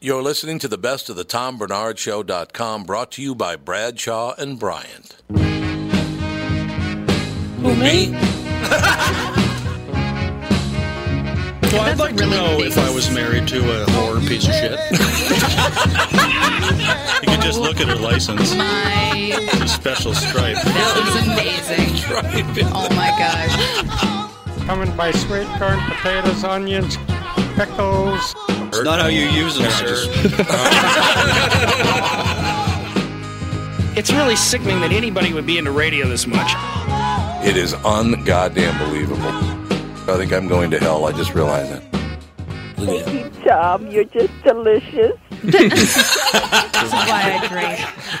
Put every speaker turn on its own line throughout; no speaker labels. You're listening to the best of the TomBernardShow.com brought to you by Bradshaw and Bryant.
Who, me? So I'd like to know if I was married to a whore piece of shit. you could just look at her license.
My,
It's a special stripe.
that was amazing. Oh my gosh.
coming by sweet corn, potatoes, onions, pickles.
It's not how you use them, sir.
It's really sickening that anybody would be into radio this much.
It is ungoddamn believable. I think I'm going to hell. I just realized it. Yeah.
Tom, you're just delicious.
This is why I drink.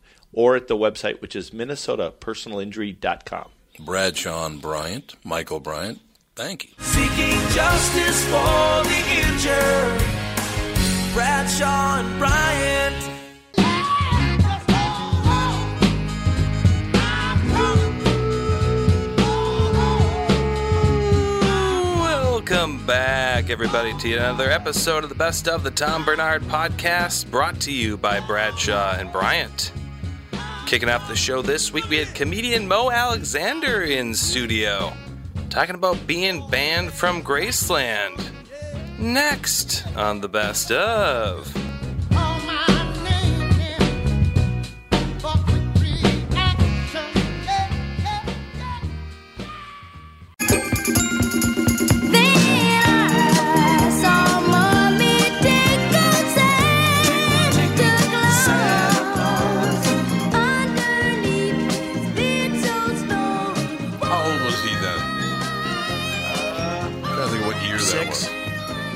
or at the website, which is minnesotapersonalinjury.com.
Brad, Sean Bryant, Michael Bryant. Thank you.
Seeking justice for the injured. Bradshaw and Bryant.
Welcome back, everybody, to another episode of the Best of the Tom Bernard Podcast, brought to you by Bradshaw and Bryant. Kicking off the show this week, we had comedian Mo Alexander in studio, talking about being banned from Graceland. Next on the Best of.
How old was he then? trying to think of what year
Six.
that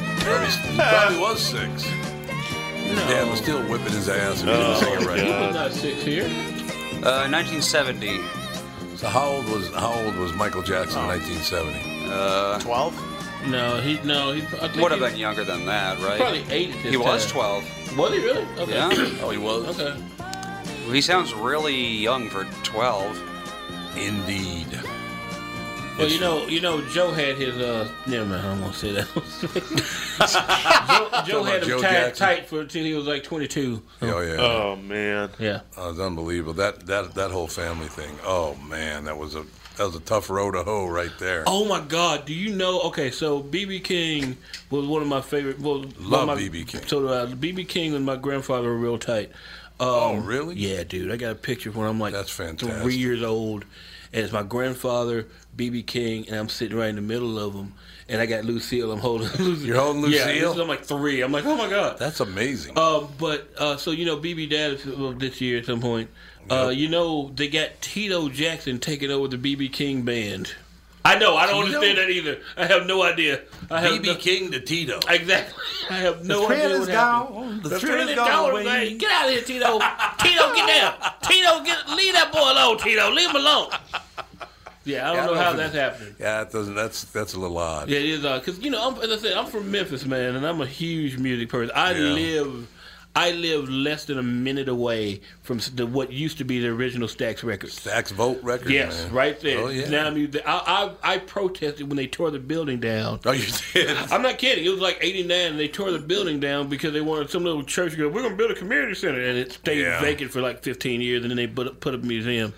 was. Probably, he probably was six. His dad was still whipping his ass and he didn't sing it right.
Not six here.
Uh, 1970.
So how old was how old was Michael Jackson in 1970?
Uh,
12?
No, he no he. I think
would
he
have been younger than that, right?
probably eight. At this
He was
time.
12.
Was he really? Okay.
Yeah.
Oh, he was.
Okay.
He sounds really young for 12.
Indeed.
Well, you know, you know, Joe had his. uh Never mind, I am gonna say that. Joe, Joe had
about
him
Joe
tied
Jackson.
tight for until he was like 22.
Oh yeah.
Oh, man.
Yeah.
Oh, it's unbelievable. That that that whole family thing. Oh man, that was a that was a tough road to hoe right there.
Oh my God! Do you know? Okay, so BB King was one of my favorite. Well, one of
Love
my-
B.B. King.
So uh, BB King and my grandfather were real tight. Um,
Oh, really?
Yeah, dude. I got a picture when I'm like
That's fantastic.
three years old, and it's my grandfather, BB King, and I'm sitting right in the middle of them, and I got Lucille. I'm holding Lucille.
You're holding
Yeah,
Lucille?
this is- I'm like three. I'm like, oh my God.
That's amazing.
Uh, but uh, so you know, BB Dad is well, this year at some point. Uh, you know, they got Tito Jackson taking over the BB King band. I know. I don't
Tito?
understand that either. I have no idea. I have
BB
no,
King to Tito.
Exactly. I have no
The
idea.
thrill is
what happened.
gone. The
The
thrill
thrill
is
is
gone
gone.
away.
man. Get out of here, Tito. Tito, get down. Tito, get leave that boy alone. Tito, leave him alone. Yeah, I don't
Yeah, I
know
don't
how
know if
that's happening.
Yeah, that doesn't, that's that's a little odd.
Yeah, it is odd because you know, I'm, as I said, I'm from Memphis, man, and I'm a huge music person. I
Yeah.
live, I live less than a minute away from s- the, what used to be the original Stax Records.
Stax Vote Records.
Yes,
man.
right there.
Oh yeah.
Now I mean, the- I, I I protested when they tore the building down.
Oh, you did.
I'm not kidding. It was like '89, and they tore the building down because they wanted some little church to go. We're gonna build a community center, and it stayed
Yeah.
vacant for like 15 years, and then they put put a museum.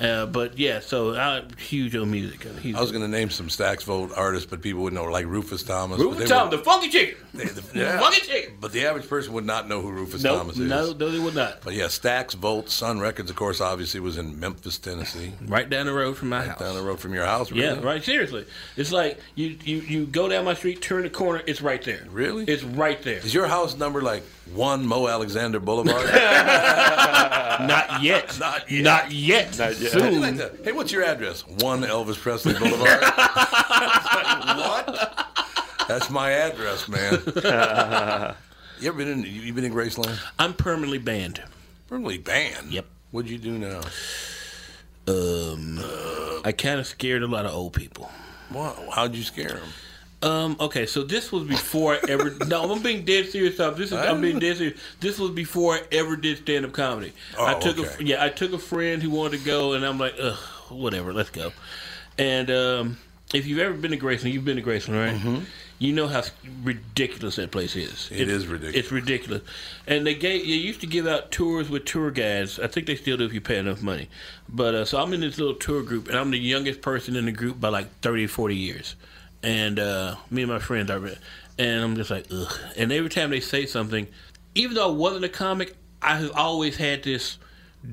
Uh, but yeah, so I'm huge on music. I'm huge
I was going to name some Stax Vote artists, but people wouldn't know, like Rufus Thomas. but they
Rufus Thomas,
would-
the funky chicken.
yeah.
The funky chicken.
But the average person would not know who Rufus
Nope,
Thomas is.
no, no, they would not.
But yeah, Stax Volt Sun Records, of course, obviously was in Memphis, Tennessee,
Right down the road from my house.
down the road from your house. Really?
Yeah, right. Seriously, it's like you, you you go down my street, turn the corner, it's right there.
Really?
It's right there.
Is your house number like one Mo Alexander Boulevard?
Not yet.
Not yet.
Not yet.
Not yet.
Soon.
Like that. Hey, what's your address? One Elvis Presley Boulevard. what? That's my address, man. you ever been in? You you been in Graceland?
I'm permanently banned.
Permanently banned.
Yep.
What'd you do now?
Um, I kind of scared a lot of old people.
Wow. How'd you scare him?
Um, okay, so this was before I ever. no, I'm being dead serious. Up. This is I'm being dead serious. This was before I ever did stand up comedy. I
Oh,
took
okay.
a yeah, I took a friend who wanted to go, and I'm like, Ugh, whatever, let's go. And um, if you've ever been to Graceland, you've been to Graceland, right? You know how ridiculous that place is.
Mm-hmm. It is ridiculous.
It's ridiculous. And they gave they used to give out tours with tour guides. I think they still do if you pay enough money. But uh, so I'm in this little tour group, and I'm the youngest person in the group by like 30, 40 years. And uh, me and my friends are, and I'm just like, ugh. And every time they say something, even though I wasn't a comic, I have always had this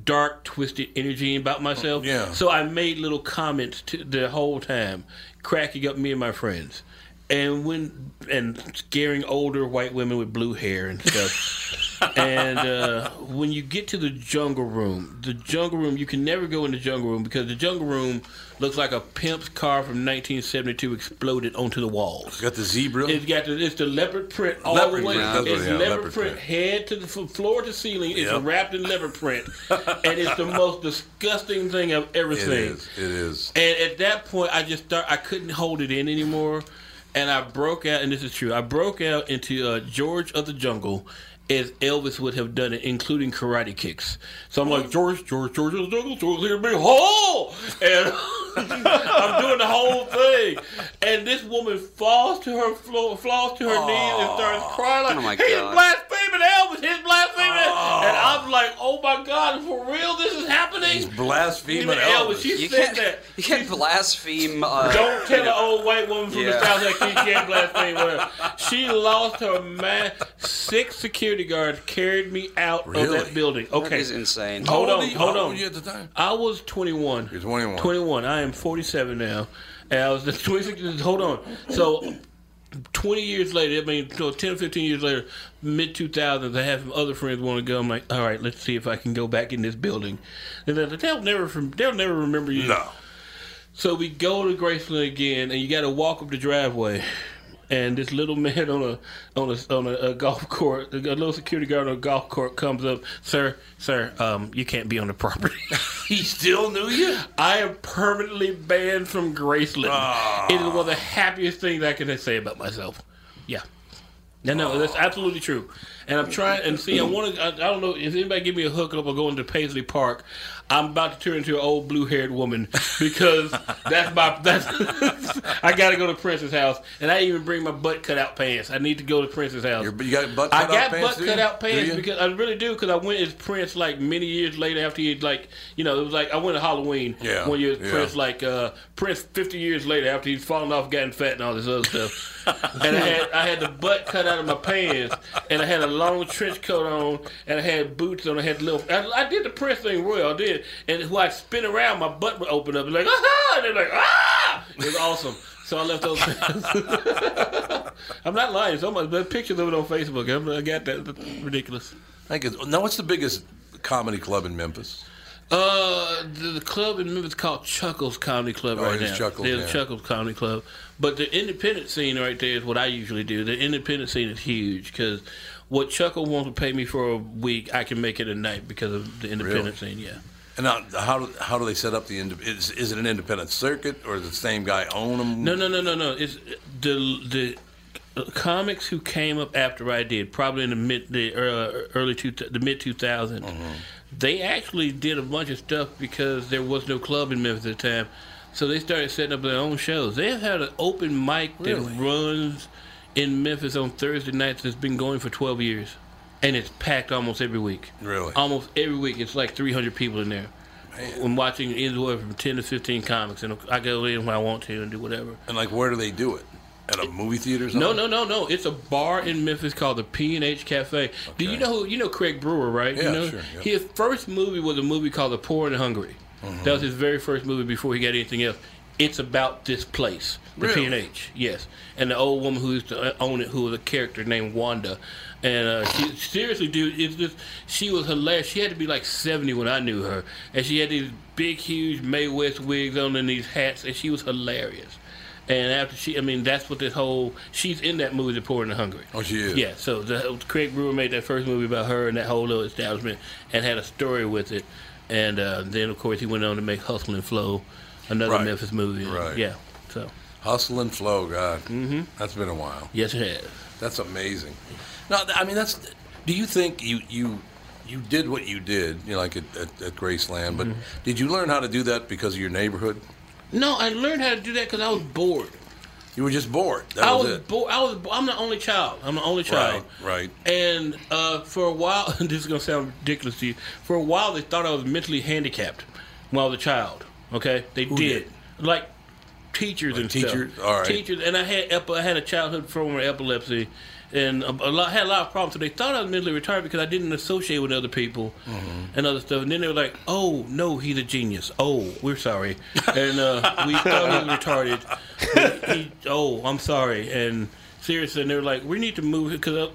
dark, twisted energy about myself.
Yeah.
So I made little comments to the whole time, cracking up me and my friends. And when and scaring older white women with blue hair and stuff. and uh, when you get to the jungle room, the jungle room you can never go in the jungle room because the jungle room looks like a pimp's car from 1972 exploded onto the walls.
Got the zebra.
It's got the, it's the leopard print all
Leopard
the way.
print, that's what-
It's
yeah,
leopard,
leopard
print,
print.
head to the f- floor to ceiling. It's
Yep.
wrapped in leopard print, and it's the most disgusting thing I've ever
it
seen.
is. It is.
And at that point, I just start. I couldn't hold it in anymore, and I broke out. And this is true. I broke out into uh, George of the Jungle, as Elvis would have done it, including karate kicks. So I'm like George, George, George of the Jungle, George, here be hole, and I'm doing the whole thing. And this woman falls to her floor, falls to her knees, and starts crying like,
Oh my
"He's
God.
blaspheming Elvis! He's blaspheming!" Elvis!" And I'm like, "Oh my God, for real, this is happening!"
Blaspheming
Even Elvis,
Elvis.
you
You
said
can't,
that.
you can't blaspheme. Uh,
Don't tell an old white woman from
Yeah.
the South that she can't blaspheme her. She lost her mind. Six security guards carried me out of
Really?
that building.
That
Okay.
is insane.
Hold
How old
on,
are you-
hold
how old
on.
were you at the time?
I was 21.
You're 21.
21. I am 47 now. And I was just 26. years- Hold on. So 20 years later, I mean, so 10, 15 years later, mid 2000s, I have some other friends want to go. I'm like, all right, let's see if I can go back in this building. And they're like, they'll never, from- they'll never remember you.
No.
So we go to Graceland again, and you got to walk up the driveway. And this little man on a on a on a, a golf court, a little security guard on a golf court comes up, sir, sir, um, you can't be on the property.
He still knew you.
I am permanently banned from Graceland. It is one of the happiest things I can say about myself. Yeah. No, no, that's absolutely true. And I'm trying, and see, I want to, I, I don't know if anybody give me a hookup or going to Paisley Park, I'm about to turn into an old blue haired woman because that's my, that's, I got to go to Prince's house. And I even bring my butt cut out pants. I need to go to Prince's house.
Your- you got butt
I
cut
got
out pants.
butt
too?
cut out
Do
pants
you?
because I really do because I went as Prince like many years later after he like you know it was like I went to Halloween
Yeah,
one year as
yeah.
Prince like uh, Prince fifty years later after he's fallen off gotten fat and all this other stuff and I had I had the butt cut out of my pants and I had a long trench coat on and I had boots on I had little I, I did the Prince thing royal I did and who I spin around my butt would open up and like ah and they're like ah it was awesome. So I left those. I'm not lying. So much, but pictures of it on Facebook. I'm, I got that. That's ridiculous.
I think it's, no, what's the biggest comedy club in Memphis?
Uh, the, the club in Memphis called Chuckles Comedy Club
Oh,
right
it is
now.
Chuckles,
There's
yeah.
Chuckles Comedy Club, but the independent scene right there is what I usually do. The independent scene is huge because what Chuckle wants to pay me for a week, I can make it a night because of the independent scene. Yeah.
And now, how do, how do they set up the ind- is, is it an independent circuit or does the same guy own them?
No, no, no, no, no. It's the the comics who came up after I did, probably in the mid the uh, early two the mid two thousand. They actually did a bunch of stuff because there was no club in Memphis at the time, so they started setting up their own shows. They've had an open mic
Really?
that runs in Memphis on Thursday nights that's been going for twelve years, and it's packed almost every week.
Really?
Almost every week, it's like 300 people in there. I'm watching anywhere from 10 to 15 comics, and I go in when I want to and do whatever.
And like, where do they do it? At a movie theater? Or something?
No, no, no, no. It's a bar in Memphis called the P and H Cafe. Do you know who? You know Craig Brewer, right?
Yeah,
you know?
sure, yeah.
His first movie was a movie called The Poor and the Hungry.
Mm-hmm.
That was his very first movie before he got anything else. It's about this place, the
Really?
P and H. Yes, and the old woman who used to uh, own it, who was a character named Wanda, and uh, she seriously, dude, it's just she was hilarious. She had to be like seventy when I knew her, and she had these big, huge May West wigs on and these hats, and she was hilarious. And after she, I mean, that's what this whole she's in that movie, The Poor and the Hungry.
Oh, she is.
Yeah. So the Craig Brewer made that first movie about her and that whole little establishment, and had a story with it. And uh, then, of course, he went on to make Hustle and Flow, another
Right.
Memphis movie.
Right.
Yeah. So.
Hustle and flow, God. Mm-hmm. That's been a while.
Yes, it has.
That's amazing. No, th- I mean that's. Do you think you you you did what you did, you know, like at, at, at Graceland?
Mm-hmm.
But did you learn how to do that because of your neighborhood?
No, I learned how to do that because I was bored.
You were just bored. That
I
was,
was,
it.
bo- I was. Bo- I'm the only child. I'm the only child.
Right. Right.
And uh, for a while, this is gonna sound ridiculous to you. For a while, they thought I was mentally handicapped when I was a child. Okay, they
Who
did.
did?
like teachers and
teachers?
stuff.
All right.
Teachers, and I had ep- I had a childhood form of epilepsy, and a, a lot had a lot of problems. So they thought I was mentally retarded because I didn't associate with other people
Mm-hmm.
and other stuff. And then they were like, "Oh no, he's a genius. Oh, we're sorry, and uh, we thought he was retarded. He- he- oh, I'm sorry." And seriously, and they were like, "We need to move because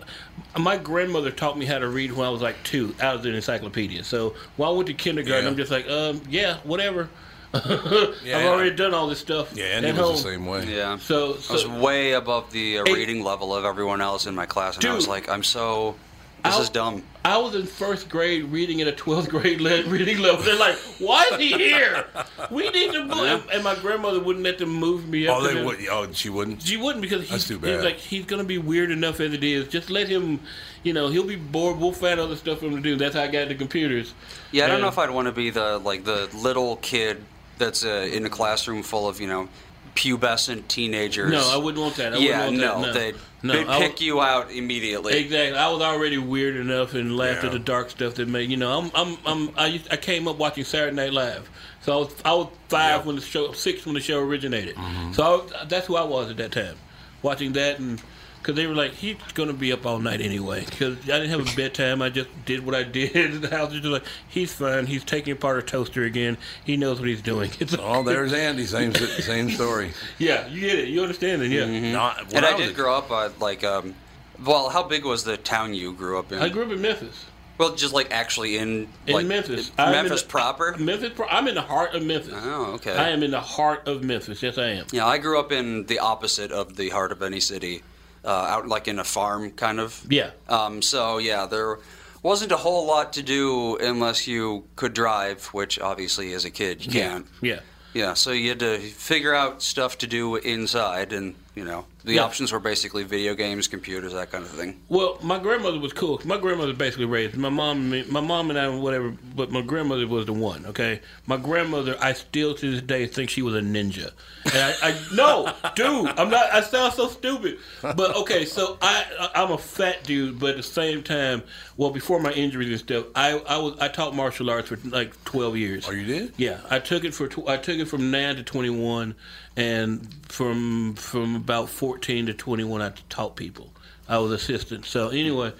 my grandmother taught me how to read when I was like two out of an encyclopedia. So when I went to kindergarten,
Yeah.
I'm just like, um, yeah, whatever." I've
Yeah.
already done all this stuff.
Yeah, and
at
he was the
home.
same way.
Yeah.
So,
I was
so-
way above the uh,
Hey.
reading level of everyone else in my class, and I was
Dude.
like, I'm so. This
I'll-
is dumb.
I was in first grade reading at a 12th grade le- reading level. They're like, why is he here? We need to move. And- And my grandmother wouldn't let them move me up.
Oh,
to
they
the-
would. Oh, she wouldn't.
She wouldn't because he's,
That's too
he's
bad.
like he's gonna be weird enough as it is. Just let him, you know, he'll be bored. We'll find other stuff for him to do. That's how I got into computers.
Yeah, I don't
And-
know if I'd want to be the like the little kid that's uh, in a classroom full of you know pubescent teenagers.
No, I wouldn't want that. I
yeah,
wouldn't want
no,
that. No.
they
No,
they
I
pick
would-
you out immediately.
Exactly. I was already weird enough and laughed at the dark stuff that made you know. I'm I'm, I'm I, used, I came up watching Saturday Night Live, so I was I was five when the show, six when the show originated.
Mm-hmm.
So I was, that's who I was at that time, watching that and. Cause they were like, he's gonna be up all night anyway. Cause I didn't have a bedtime. I just did what I did. I was just like, he's fine. He's taking apart a toaster again. He knows what he's doing. It's
Oh, there's Andy. Same s- same story. Mm-hmm.
yeah, you get it. You understand it. Yeah.
Mm-hmm. and I, did grow up uh, like um, well, how big was the town you grew up in?
I grew up in Memphis.
well, just like actually in
In
like,
Memphis. I'm in
Memphis
the-
proper.
Memphis. pro- I'm in the heart of Memphis.
Oh, okay.
I am in the heart of Memphis. Yes, I am.
Yeah, I grew up in the opposite of the heart of any city, uh, out like in a farm kind of.
Yeah.
Um, so yeah, there wasn't a whole lot to do unless you could drive, which obviously as a kid you can't.
Yeah.
Yeah, so you had to figure out stuff to do inside, and you know the
Yeah.
options were basically video games, computers, that kind of thing.
Well, my grandmother was cool. My grandmother basically raised my mom. and me- My mom and I, whatever. But my grandmother was the one. Okay, my grandmother. I still to this day think she was a ninja. And I, I no, dude, I'm not. I sound so stupid. But okay, so I, I I'm a fat dude, but at the same time, well, before my injuries and stuff, I I was I taught martial arts for like 12 years. Oh,
you did?
Yeah, I took it for tw- I took it from nine to 21, and from from about 14 to 21, I taught people. I was assistant. So anyway,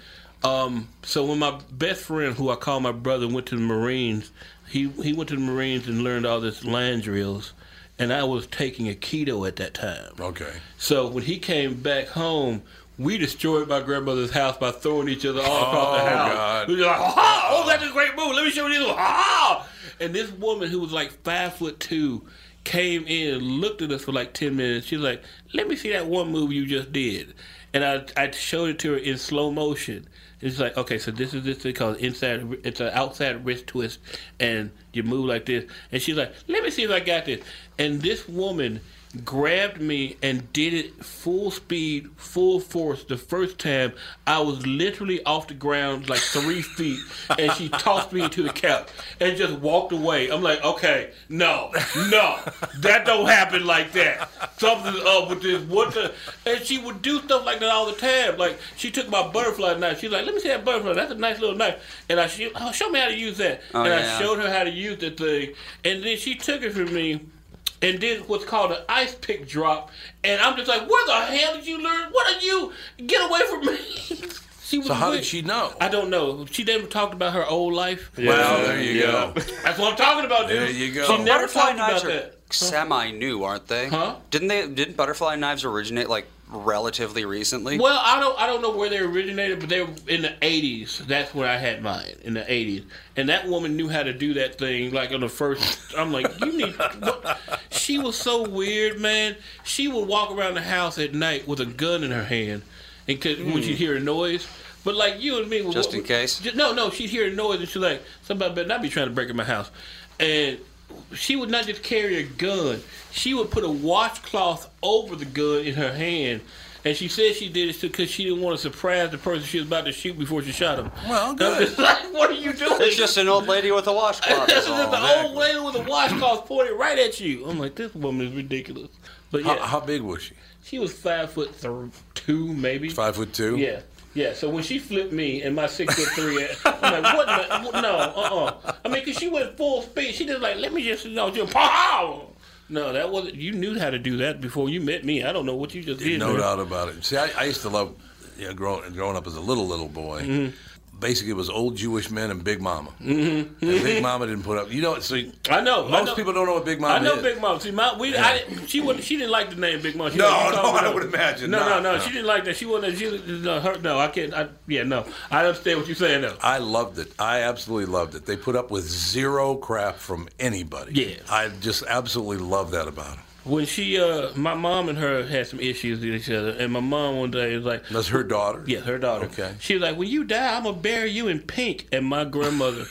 um, so when my best friend, who I call my brother, went to the Marines, he he went to the Marines and learned all this land drills, and I was taking a keto at that time.
Okay.
So when he came back home, we destroyed my grandmother's house by throwing each other all across the
Oh,
house.
God.
We were like, "Ha, ha, oh, that's a great move. Let me show you this one. Ha, ha. And this woman who was like five foot two came in and looked at us for like ten minutes. She's like, "Let me see that one move you just did," and I I showed it to her in slow motion. It's like, okay, so this is this thing called inside. It's an outside wrist twist, and you move like this. And she's like, "Let me see if I got this." And this woman grabbed me and did it full speed, full force. The first time, I was literally off the ground like three feet, and she tossed me to the couch and just walked away. I'm like, okay, no, no, that don't happen like that. Something's up with this. What the? And she would do stuff like that all the time. Like she took my butterfly knife. She's like, let me see that butterfly. That's a nice little knife. And I she, oh, show me how to use that.
Oh,
and
yeah.
I showed her how to use the thing, and then she took it from me and did what's called an ice pick drop. And I'm just like, where the hell did you learn? What are you? Get away from me. she was
So how
with-
did she know?
I don't know. She never talked about her old life.
Well, there you go.
That's what I'm talking about, dude.
There you
She
go. But
never
butterfly
talked about
knives
that.
are semi new, aren't they?
Huh?
Didn't they? Didn't butterfly knives originate like relatively recently?
Well, I don't I don't know where they originated, but they were in the eighties. That's where I had mine in the eighties, and that woman knew how to do that thing. Like on the first, I'm like, you need. What? She was so weird, man. She would walk around the house at night with a gun in her hand, and could, when she'd hear a noise. But like you and me,
Just in case?
Ju- No, no, she'd hear a noise and she's like, somebody better not be trying to break in my house. And she would not just carry a gun, she would put a washcloth over the gun in her hand. And she said she did it because she didn't want to surprise the person she was about to shoot before she shot him.
Well,
good. like, what are you doing?
It's just an old lady with a washcloth.
This
is
is just
all.
the old lady with a washcloth pointed right at you. I'm like, this woman is ridiculous. But yeah,
How, how big was she?
she was five foot th- two, maybe.
Five foot two.
Yeah, yeah. So when she flipped me and my six foot three, ass, I'm like, what? in The, no, uh, uh I mean, cause she went full speed. She just like, let me just, no, just pow. No, that wasn't. You knew how to do that before you met me. I don't know what you just did.
No
man.
doubt about it. See, I, I used to love, you know, growing, growing up as a little, little boy.
Mm-hmm.
Basically, it was old Jewish men and Big Mama. Mm-hmm. And Big Mama didn't put up. You know, so
I know.
Most
I know.
people don't know what Big Mama
I know
is.
Big Mom. See, my we, I didn't, she wasn't. She didn't like the name Big Mom. She
No,
like, you
no,
call me
I
that.
would imagine
No,
not,
no, no.
no.
She didn't like that. She wasn't. She no, her, no. I can't. I, yeah, no. I understand what you're saying though.
I loved it. I absolutely loved it. They put up with zero crap from anybody.
Yeah.
I just absolutely love that about them.
When she, uh, my mom and her had some issues with each other, and my mom one day was like,
That's her daughter.
Yeah, her daughter.
Okay.
She was like, "When you die, I'm gonna bury you in pink." And my grandmother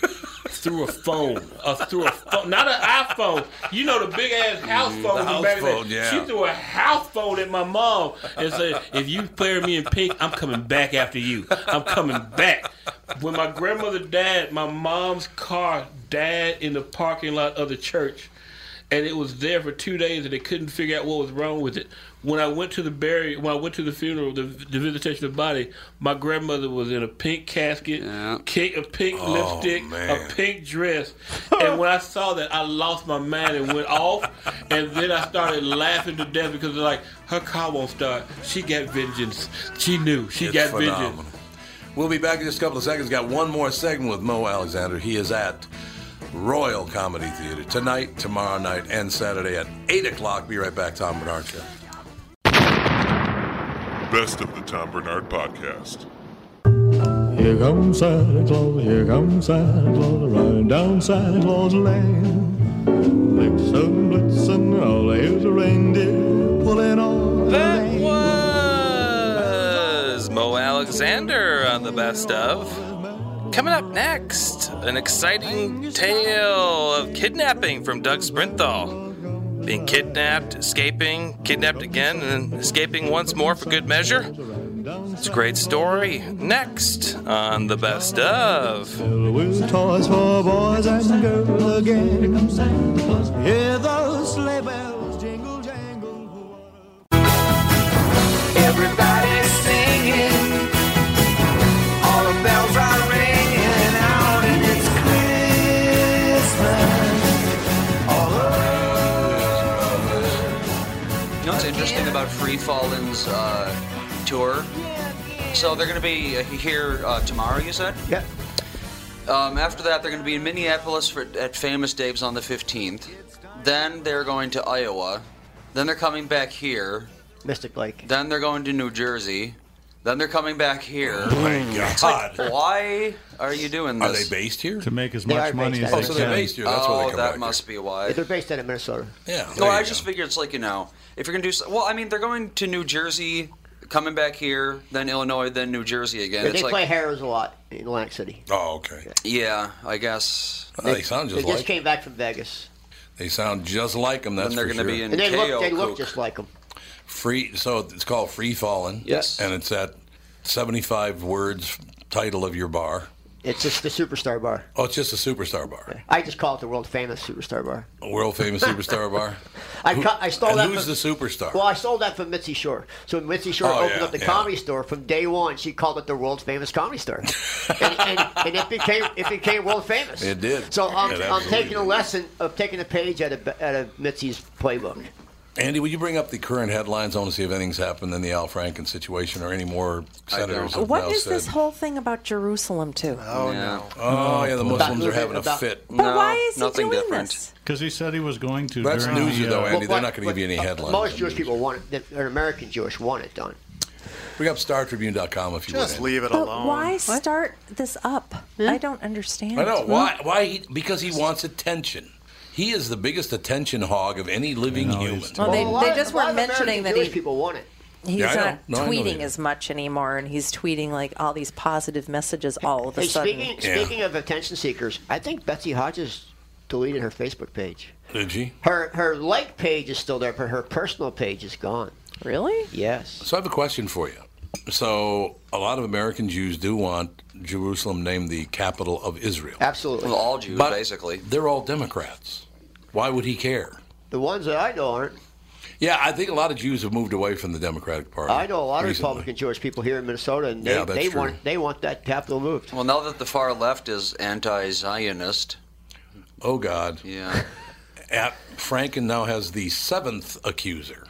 threw a phone, uh, threw a phone, not an iPhone. You know the big ass house
Mm,
phone.
the house
back in the-
phone, yeah.
She threw a house phone at my mom and said, "If you bury me in pink, I'm coming back after you. I'm coming back." When my grandmother died, my mom's car died in the parking lot of the church and it was there for two days, and they couldn't figure out what was wrong with it. When I went to the burial, when I went to the funeral, the, the visitation of the body, my grandmother was in a pink casket, ki- a pink
Oh,
lipstick, a
man.
pink dress, and when I saw that, I lost my mind and went off, and then I started laughing to death because like her car won't start. She got vengeance. She knew. She
It's
got
phenomenal.
vengeance.
We'll be back in just a couple of seconds. Got one more segment with Mo Alexander. He is at Royal Comedy Theater tonight, tomorrow night, and Saturday at 8 o'clock. Be right back, Tom Bernard Show.
Best of the Tom Bernard Podcast.
Here comes Santa Claus, here comes Santa Claus, riding down Santa Claus Lane. Blitzen, blitzen, all here's a reindeer pulling on the lane.
was Mo Alexander on the best of. Coming up next, an exciting tale of kidnapping from Doug Sprinthal. Being kidnapped, escaping, kidnapped again, and then escaping once more for good measure. It's a great story. Next on the best of.
With toys for boys and girls again. Here comes Santa Claus, hear those sleigh bells jingle.
Everybody's singing. All the bells are ringing out, and it's Christmas. All
You know what's interesting about Free Fallen's uh, tour? So they're going to be uh, here uh, tomorrow, you said?
Yeah.
Um, after that, they're going to be in Minneapolis for, at Famous Dave's on the 15th. Then they're going to Iowa. Then they're coming back here.
Mystic Lake.
Then they're going to New Jersey. Then they're coming back here.
Oh my
It's like, why are you doing
Are
this?
they based here?
To make as
They
much
are
money as
based out
they
of
can.
Minnesota. oh, that must be why.
uh, They're based out of Minnesota.
Yeah. Oh,
No, I just figured it's like you know, if you're gonna do so, well, I mean, they're going to New Jersey, coming back here, then Illinois, then New Jersey again.
They
it's like,
play Harrow's a lot in Atlantic City.
Oh, okay.
yeah, I guess.
Oh, They, sound just
they just
like
came back from Vegas.
they sound just like them. That's
Then they're
for
gonna
sure.
be in
And they look, they look just like them.
Free. So it's called Free Fallen.
Yes.
And it's at seventy-five words title of your bar.
It's just the Superstar Bar.
Oh, it's just a superstar bar,
I just call it the world famous Superstar Bar.
a world famous superstar bar.
I, co- I stole
and
that.
Who's
from,
the superstar?
Well, I stole that from Mitzi Shore. So when Mitzi Shore
Oh,
opened
yeah,
up the
yeah.
comedy store from day one. She called it the world's famous comedy store, and, and, and it became it became world famous.
It did.
So I'm,
It
I'm taking a
absolutely
lesson of taking a page out of out of Mitzi's playbook.
Andy, will you bring up the current headlines? I want to see if anything's happened in the Al Franken situation or any more senators. have
What
now
is
said.
this whole thing about Jerusalem too?
Oh no! Oh yeah, the Muslims are having a fit.
But why is he doing this?
Because he said he was going to.
That's
during
news,
the,
though,
uh,
Andy. They're not going to give you any headlines.
Most Jewish people want it. An American Jewish want it done.
Bring up StarTribune.com if you
Just
would, Andy.
leave it
But why start this up? I don't understand.
I know why. Why? He, because he wants attention. He is the biggest attention hog of any living human.
Well, they,
lot
they
of-
just
a lot
were
of
mentioning
American
that
Jewish
he,
people want it.
he's
Yeah, I know.
not
No, I know they
tweeting
do.
as much anymore, and he's tweeting like all these positive messages all of a
Hey,
sudden.
speaking speaking of attention seekers, I think Betsy Hodges deleted her Facebook page.
Did she?
Her her like page is still there, but her personal page is gone.
Really?
Yes.
So I have a question for you. So a lot of American Jews do want Jerusalem named the capital of Israel.
Absolutely.
Well, all Jews,
But
basically.
They're all Democrats. Why would he care?
The ones that I know aren't.
Yeah, I think a lot of Jews have moved away from the Democratic Party.
I know a lot of
recently.
Republican Jewish people here in Minnesota, and they,
Yeah, that's
they
true.
want they want that capital moved.
Well, now that the far left is anti-Zionist,
Oh God.
Yeah.
At Franken now has the seventh accuser.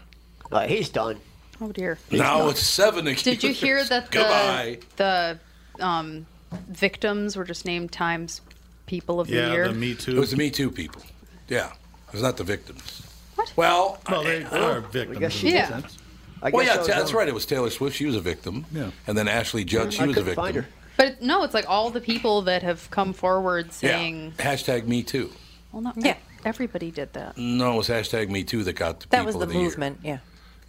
Uh, he's done.
Oh dear.
now it's seven accusers.
Did you hear that
Goodbye.
the the um, victims were just named Times People of the Year?
Too. It was the Me Too people. Yeah, it was not the victims. What? Well, well, they
are victims I guess she in a
yeah.
sense.
I
well,
guess
yeah,
so,
that's
though.
right. It was Taylor Swift. She was a victim.
Yeah.
And then Ashley Judd. She
I
was a
couldn't
victim.
find her.
But it, no, it's like all the people that have come forward saying,
Yeah. Hashtag Me Too.
well, not yeah. everybody did that.
No, it was hashtag Me Too that got the
That
people
was
of
the
the year.
movement, yeah.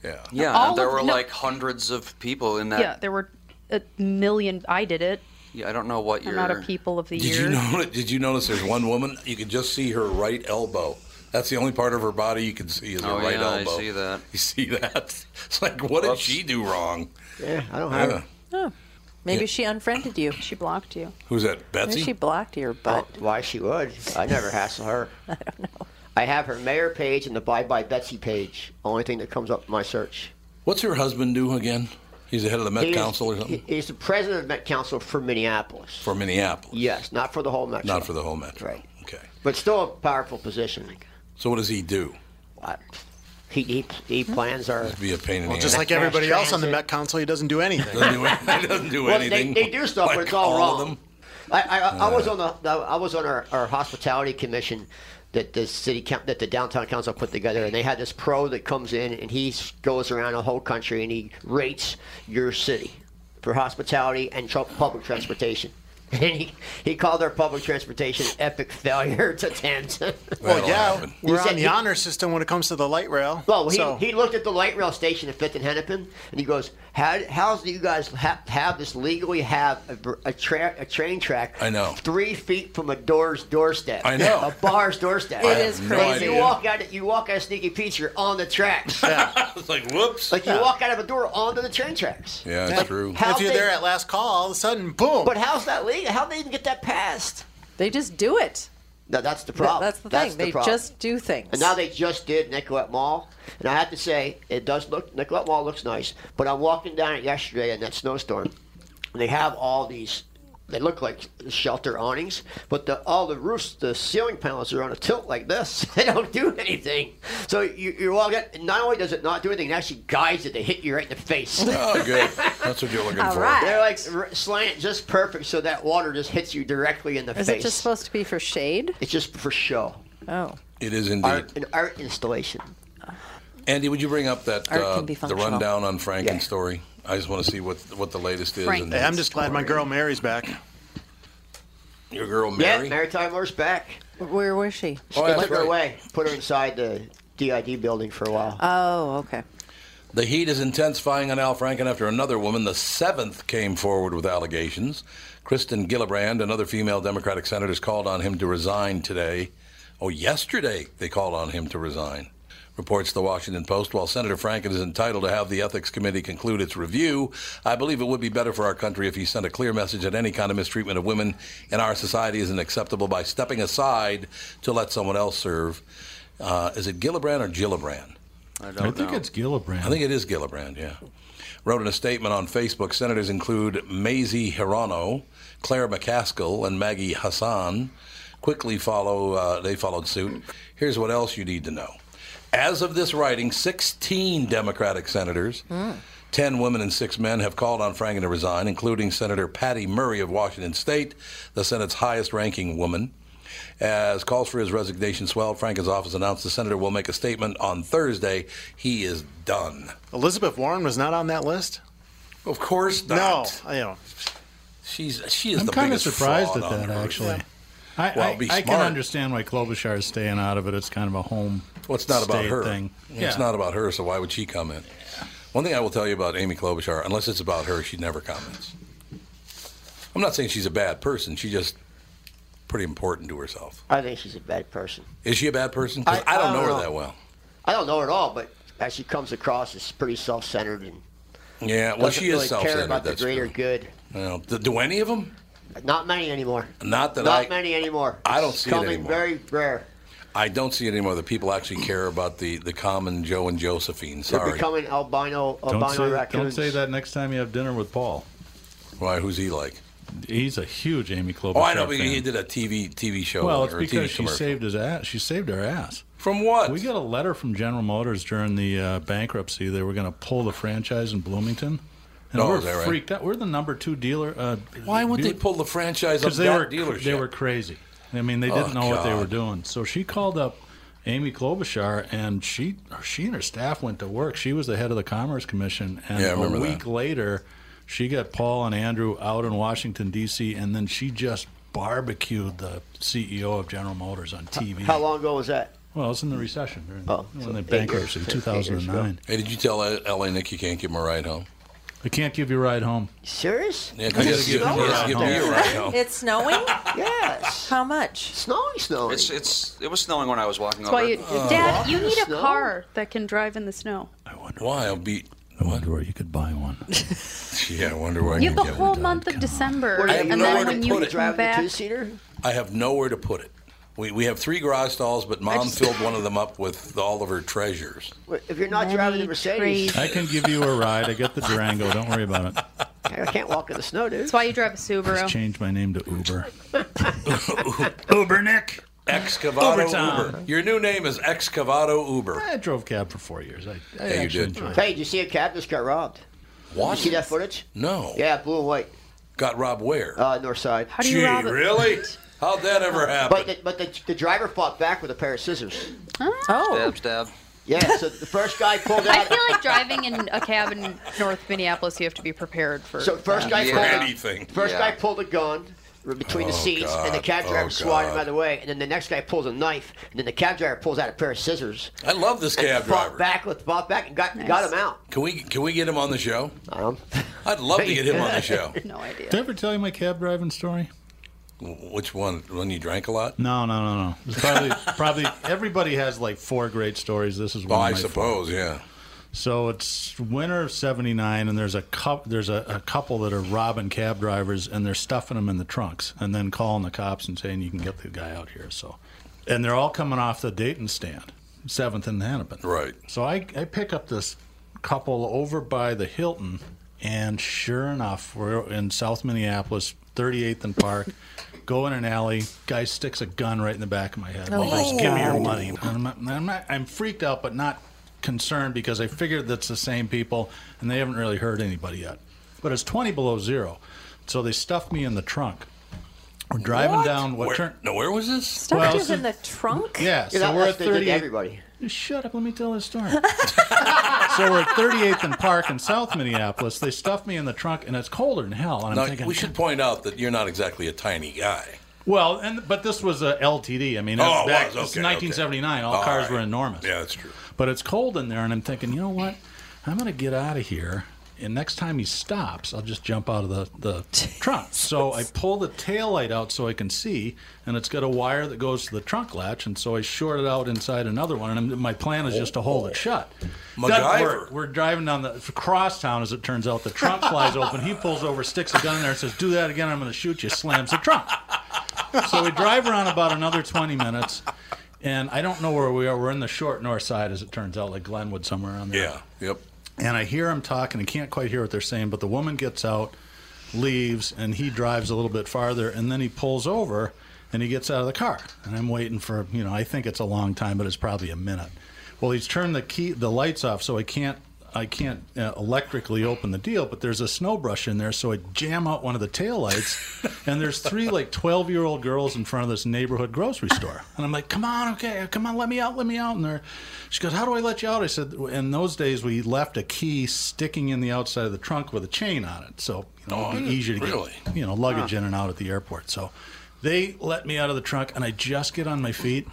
Yeah.
yeah,
All
there
of-
were
no.
like hundreds of people in that.
Yeah, there were a million. I did it.
Yeah, I don't know what
I'm
you're.
not a People of the
Did
Year.
you know? Did you notice? There's one woman. You could just see her right elbow. That's the only part of her body you can see is her
Oh,
right
yeah, I
elbow.
see that.
You see that? It's like, what did she do wrong?
Yeah, I don't
Yeah.
Oh, maybe
Yeah.
she unfriended you. She blocked you.
Who's that? Betsy.
Maybe she blocked your butt.
Oh, Why she would? I never hassle her. I don't know. I have her mayor page and the Bye Bye Betsy page. Only thing that comes up in my search.
What's her husband do again? He's the head of the Met
He is-
Council or something
he- he's the president of Met Council for Minneapolis.
for Minneapolis,
Yes, not for the whole metro.
not for the whole metro.
Right.
Okay.
But still a powerful position.
So what does he do?
I- He, he, he plans our.
It'd be a pain in
Well,
the
just
ass.
like everybody
Mass
else on the
transit.
Met Council, he doesn't do anything.
Doesn't do anything. Doesn't do
Well,
anything.
They, they do stuff, but
Like
it's all,
all of
wrong.
them? Uh.
I, I, I was on the, the I was on our, our hospitality commission that the city coun- that the downtown council put together, and they had this pro that comes in and he s- goes around the whole country and he rates your city for hospitality and tr- public transportation. And he, he called our public transportation epic failure to tens.
Well, yeah,
He
we're
said
on the
he-
honor system when it comes to the light rail.
well, he,
so.
he looked at the light rail station at Fifth and Hennepin, and he goes, "How how's do you guys ha- have this legally have a, br- a, tra- a train track?
I know.
three feet from a door's doorstep.
I know.
a bar's doorstep.
It I is have no crazy.
You
idea.
walk out, you walk out of Sneaky Pete's, you're on the tracks.
it's like whoops.
like you walk out of a door onto the train tracks.
Yeah, it's
Like,
true.
how
if you're
they-
there at last call, all of a sudden, boom.
But how's that legal? How'd they even get that passed?
They just do it.
No, that's the problem.
That's the thing.
That's the
they
problem.
just do things.
And now they just did Nicolette Mall, and I have to say it does look Nicolette Mall looks nice. But I'm walking down it yesterday in that snowstorm, and they have all these. They look like shelter awnings, but the, all the roofs, the ceiling panels are on a tilt like this. They don't do anything. So you, you're walking. and Not only does it not do anything, it actually guides it. They hit you right in the face.
Oh, good. That's what you're looking
All
for.
right.
They're like r- slant just perfect, so that water just hits you directly in the
Is
face.
it just supposed to be for shade?
it's just for show.
Oh,
It is indeed.
Art, an art installation.
Andy, would you bring up that
Art
uh,
can be
the
functional.
rundown on Franken's story? I just want to see what what the latest is.
Hey, I'm just glad my girl Mary's back.
Your girl
Yeah,
Mary.
Mary Tyler's back.
Where was she?
Oh,
She took her away, put her inside the DID building for a while.
Oh, okay.
The heat is intensifying on Al Franken after another woman, the seventh, came forward with allegations. Kristen Gillibrand, another female Democratic senator, called on him to resign today. Oh, yesterday they called on him to resign. Reports the Washington Post. While Senator Franken is entitled to have the Ethics Committee conclude its review, I believe it would be better for our country if he sent a clear message that any kind of mistreatment of women in our society isn't acceptable by stepping aside to let someone else serve. Uh, is it Gillibrand or Gillibrand?
I think it's Gillibrand.
I think it is Gillibrand, yeah. Wrote in a statement on Facebook Senators include Maisie Hirono, Claire McCaskill, and Maggie Hassan. Quickly follow, uh, they followed suit. Here's what else you need to know. As of this writing, 16 Democratic senators,
Hmm.
10 women and 6 men, have called on Franken to resign, including Senator Patty Murray of Washington State, the Senate's highest ranking woman. As calls for his resignation swelled, Franken's office announced the senator will make a statement on Thursday. He is done.
Elizabeth Warren was not on that list.
Of course
No, I know.
She's she
is
I'm
the
kind of
biggest
surprised
fraud
at
on
that,
earth.
actually.
Yeah.
I,
Well,
I,
be
I can
smart.
understand why Klobuchar is staying out of it. It's kind of a home.
Well, it's not about
state
her.
Thing.
It's not about her, so why would she comment? One thing I will tell you about Amy Klobuchar, unless it's about her, she never comments. I'm not saying she's a bad person. She's just pretty important to herself.
I think she's a bad person.
Is she a bad person? 'Cause I,
I- I
don't know
don't
her
know.
that well.
I don't know her at all, but as she comes across, it's pretty self-centered and
Yeah, well,
doesn't
she
really
is
care
self-centered.
about the
That's
greater
true.
good.
Well, do, do any of them?
Not many anymore.
Not that
Not
I
many anymore.
I don't see it
Coming
anymore.
very rare.
I don't see it anymore that people actually care about the, the common Joe and Josephine.
They're
Sorry.
becoming albino albino
Don't say,
raccoons.
don't say that next time you have dinner with Paul.
Why? Who's he like?
He's a huge Amy Klobuchar
Oh, I know. But
fan.
he did a TV TV show.
Well, it's
or a TV
because she
commercial.
saved his ass. She saved her ass.
From what?
We got a letter from General Motors during the uh, bankruptcy. They were going to pull the franchise in Bloomington, and
Oh,
we're
is that right?
freaked out. We're the number two dealer. Uh,
Why would they
dealer-
pull the franchise of
because they
that
were
dealership?
they were crazy. I mean, they
Oh,
didn't know what they
God.
were doing. So she called up Amy Klobuchar, and she she and her staff went to work. She was the head of the Commerce Commission, and
Yeah, I
a
remember that.
week later, she got Paul and Andrew out in Washington D.C., and then she just barbecued the CEO of General Motors on TV.
How long ago was that?
Well, it's in the recession during
Oh,
when
so
they
eight
bankruptcy,
years, eight years
2009.
Hey, did you tell uh, LA Nick you can't give him a ride home?
I can't give you a ride home.
Serious?
Yeah, 'cause
It's
you gotta give- you gotta give me a ride home.
It's snowing?
yes.
How much?
Snowing, snowing.
It's it's it was snowing when I was walking
That's
over.
why you, Dad, you need a car that can drive in the snow.
Why? I'll be.
I wonder where you could buy one.
Gee, I wonder where I
You have
could
the
get
whole
one.
month of December,
I have
and
nowhere
then
to
when you
put it.
come
Driving a
back,
two-seater?
I have nowhere to put it. We, we have three garage stalls, but Mom filled one of them up with all of her treasures.
Wait, If you're not driving the Mercedes,
I can give you a ride. I got the Durango. Don't worry about it.
I can't walk in the snow, dude.
that's why you drive a
Just
Subaru.
change my name to Uber.
Uber Nick. Excavado
Ubertown.
Uber. Your new name is Excavado Uber.
I drove cab for four years. I, I
Yeah, you
actually
did.
enjoyed it.
Hey, did you see a cab just got robbed?
What?
You see that footage?
No.
Yeah, blue and white.
Got robbed where?
Uh, north side.
How
Gee, really? How'd that ever happen?
But the, but the, the driver fought back with a pair of scissors.
Stab, stab.
Yeah, so the first guy pulled
Ah. Oh. I
out.
feel like driving in a cab in North Minneapolis. You have to be prepared for.
So first guy
Yeah.
pulled
For
anything.
First
Yeah.
guy pulled a gun between the
Oh,
seats, and the
God.
cab driver
Oh,
swatted him
God.
out of the way, and then the next guy pulls a knife, and then the cab driver pulls out a pair of scissors.
I love this cab
and
driver.
Fought back with fought back and got got him out.
Can we can we get him on the show?
Um,
I'd love to get him on the show.
no idea.
Did I ever tell you my cab driving story?
W- Which one? When you drank a lot?
No, no, no, no. It's probably, probably everybody has like four great stories. This is
Oh,
one.
I
of my
suppose, yeah.
So it's winter of '79, and there's a cup. There's a, a couple that are robbing cab drivers, and they're stuffing them in the trunks, and then calling the cops and saying you can get the guy out here. So, and they're all coming off the Dayton stand, Seventh and Hennepin.
Right.
So I, I pick up this couple over by the Hilton, and sure enough, we're in South Minneapolis, 38th and Park. Go in an alley. Guy sticks a gun right in the back of my head.
Oh,
Just
my
give me your
God.
money. I'm, not, I'm, not, I'm freaked out, but not concerned because I figured that's the same people, and they haven't really hurt anybody yet. But it's 20 below zero, so they stuffed me in the trunk. We're driving down what
Where-
turn?
No, where was this?
Well,
Stuff
so-
in the trunk?
Yeah, so we're at 38. Shut up, let me tell this story. so we're at 38th and Park in South Minneapolis. They stuff me in the trunk, and it's colder than hell. And I'm
Now,
thinking,
we should point out that you're not exactly a tiny guy.
well, and but this was a LTD. I mean, it's
Oh, it
back,
was,
it's
okay, okay.
1979. All
All
cars
right.
were enormous.
Yeah, that's true.
But it's cold in there, and I'm thinking, you know what? I'm going to get out of here. And next time he stops, I'll just jump out of the, the trunk. So I pull the taillight out so I can see, and it's got a wire that goes to the trunk latch. And so I short it out inside another one. And I'm- my plan is just to hold it shut. Doesn't work.
MacGyver.
We're driving down the cross town, as it turns out. The trunk flies open. He pulls over, sticks a gun in there, and says, Do that again, I'm going to shoot you. Slams the trunk. So we drive around about another 20 minutes, and I don't know where we are. We're in the short north side, as it turns out, like Glenwood, somewhere around there.
Yeah. Yep.
And I hear him talking. I can't quite hear what they're saying, but the woman gets out, leaves, and he drives a little bit farther, and then he pulls over and he gets out of the car. And I'm waiting for, you know, I think it's a long time, but it's probably a minute. Well, he's turned the key, the lights off, so I can't. I can't uh, electrically open the deal, but there's a snow brush in there, so I jam out one of the taillights, and there's three like 12 year old girls in front of this neighborhood grocery store. And I'm like, come on, okay, come on, let me out, let me out. And they're, she goes, how do I let you out? I said, in those days, we left a key sticking in the outside of the trunk with a chain on it. So, you know, it'd
Oh,
be easier to
really?
get, you know, luggage
Huh.
in and out at the airport. So they let me out of the trunk, and I just get on my feet.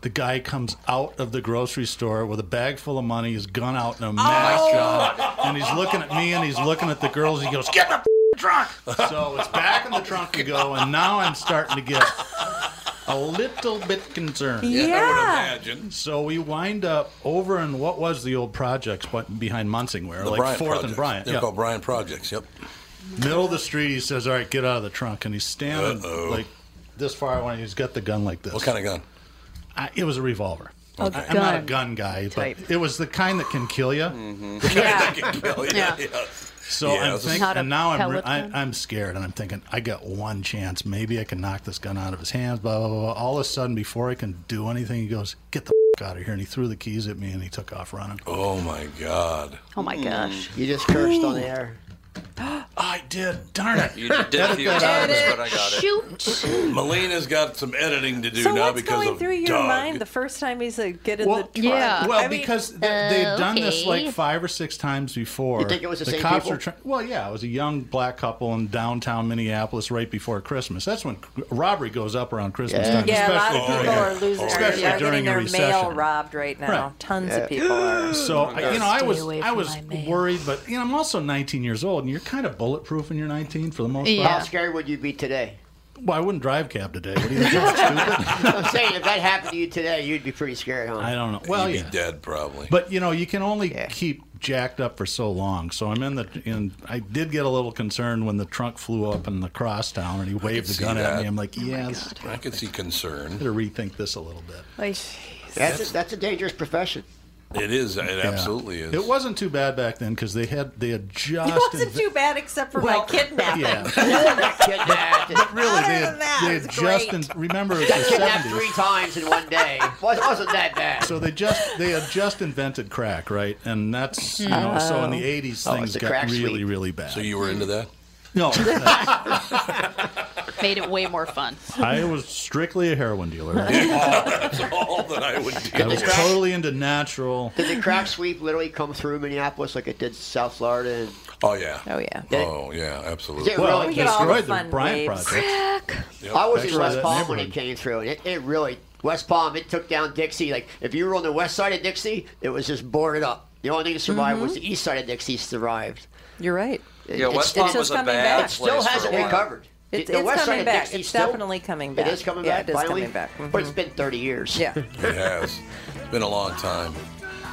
The guy comes out of the grocery store with a bag full of money, his gun out,
Oh
and a mask
God.
on. And he's looking at me and he's looking at the girls. He goes, Get in the trunk! So it's back in the trunk we go, and now I'm starting to get a little bit concerned.
Yeah, I would Yeah.
imagine.
So we wind up over in what was the old projects but behind Munsingware,
The
like
Bryant
4th and
Projects.
Bryant.
They're
yeah.
called Bryant Projects. Yep.
Middle of the street, he says, All right, get out of the trunk. And he's standing
Uh-oh.
like this far away. He's got the gun like this.
What kind of gun?
I, it was a revolver.
A
I- I'm not a gun
gun
guy,
type.
but it was the kind that can kill you.
Mm-hmm. Yeah. yeah. yes.
So
Yeah,
I'm
it's a-
thinking, and now I'm, re-
pellet
I,
gun?
I'm scared, and I'm thinking, I got one chance. Maybe I can knock this gun out of his hands. Blah blah blah. blah. All of a sudden, before I can do anything, he goes, "Get the f- out of here!" And he threw the keys at me, and he took off running.
Oh my God. Hmm.
Oh my gosh.
You just cursed on the air.
I did. Darn it.
You did
a few times,
but I got
Shoot.
Melina's got some editing to do
So
now
what's
because
going
of
through your
Doug.
mind the first time he's like, get in the trunk?
Well,
I mean-
because they, they've
Oh,
done this like five or six times before.
You think it was the same
cops
people?
were trying. Well, yeah, it was a young black couple in downtown Minneapolis right before Christmas. That's when c- robbery goes up around Christmas
Yeah,
time.
a lot
especially
of people
during,
are losing
especially
their, are
during
getting
a
their mail
recession.
robbed right now.
Right.
Tons
Yeah.
of people are. Oh
So I- you know, I
Stay
was
away
I
from
was
my mail.
worried, but you know, I'm also 19 years old, and you're kind of bulletproof when you're 19 for the most
How
part.
scared would you be today?
Well, I wouldn't drive cab today. What do you think?
I'm saying if that happened to you today, you'd be pretty scared, huh?
I don't know. Well,
You'd
yeah.
be dead probably.
But you know, you can only keep jacked up for so long. So I'm in the in. I did get a little concerned when the trunk flew up in the crosstown, and he waved the
see
gun
that. Oh
at me. I'm like, yeah,
I could see concern.
I'm gonna rethink this a little bit.
That's a, that's a dangerous profession.
It is. It
Yeah.
absolutely is.
It wasn't too bad back then because they had they had just
It wasn't too bad except for my kidnapping.
yeah.
Kidnapped.
But really, they had,
that,
they
it
had
was
just
great.
in, remember it was
Got
the
kidnapped
70s.
three times in one day. Wasn't, wasn't that bad?
So they just they had just invented crack, right? And that's you know, so in the eighties
Oh, it's
things
the
got
crack
really,
suite.
really bad. So
you were into that?
No.
Made it way more fun.
I was strictly a heroin dealer.
All that I would do.
I was totally into natural.
Did the crack sweep literally come through Minneapolis like it did South Florida? And
Oh yeah.
Oh yeah.
Oh yeah. Absolutely.
Is it Well, really- we get all the
destroyed the
fun
Bryant
waves.
project. Yep.
I was
Back
in
to
West
that
Palm when it
neighborhood.
came through, and it, it really West Palm. It took down Dixie. Like if you were on the west side of Dixie, it was just boarded up. The only thing that survived was the east side of Dixie survived.
Mm-hmm. You're right.
It- it's still-
It's just coming
It still hasn't recovered.
It's,
The
it's
west side
coming
of
back.
Dixie
It's
still-
definitely coming back.
It is coming
yeah,
back.
It is
finally,
coming back. Mm-hmm.
But it's been 30 years.
Yeah.
It has. It's been a long time.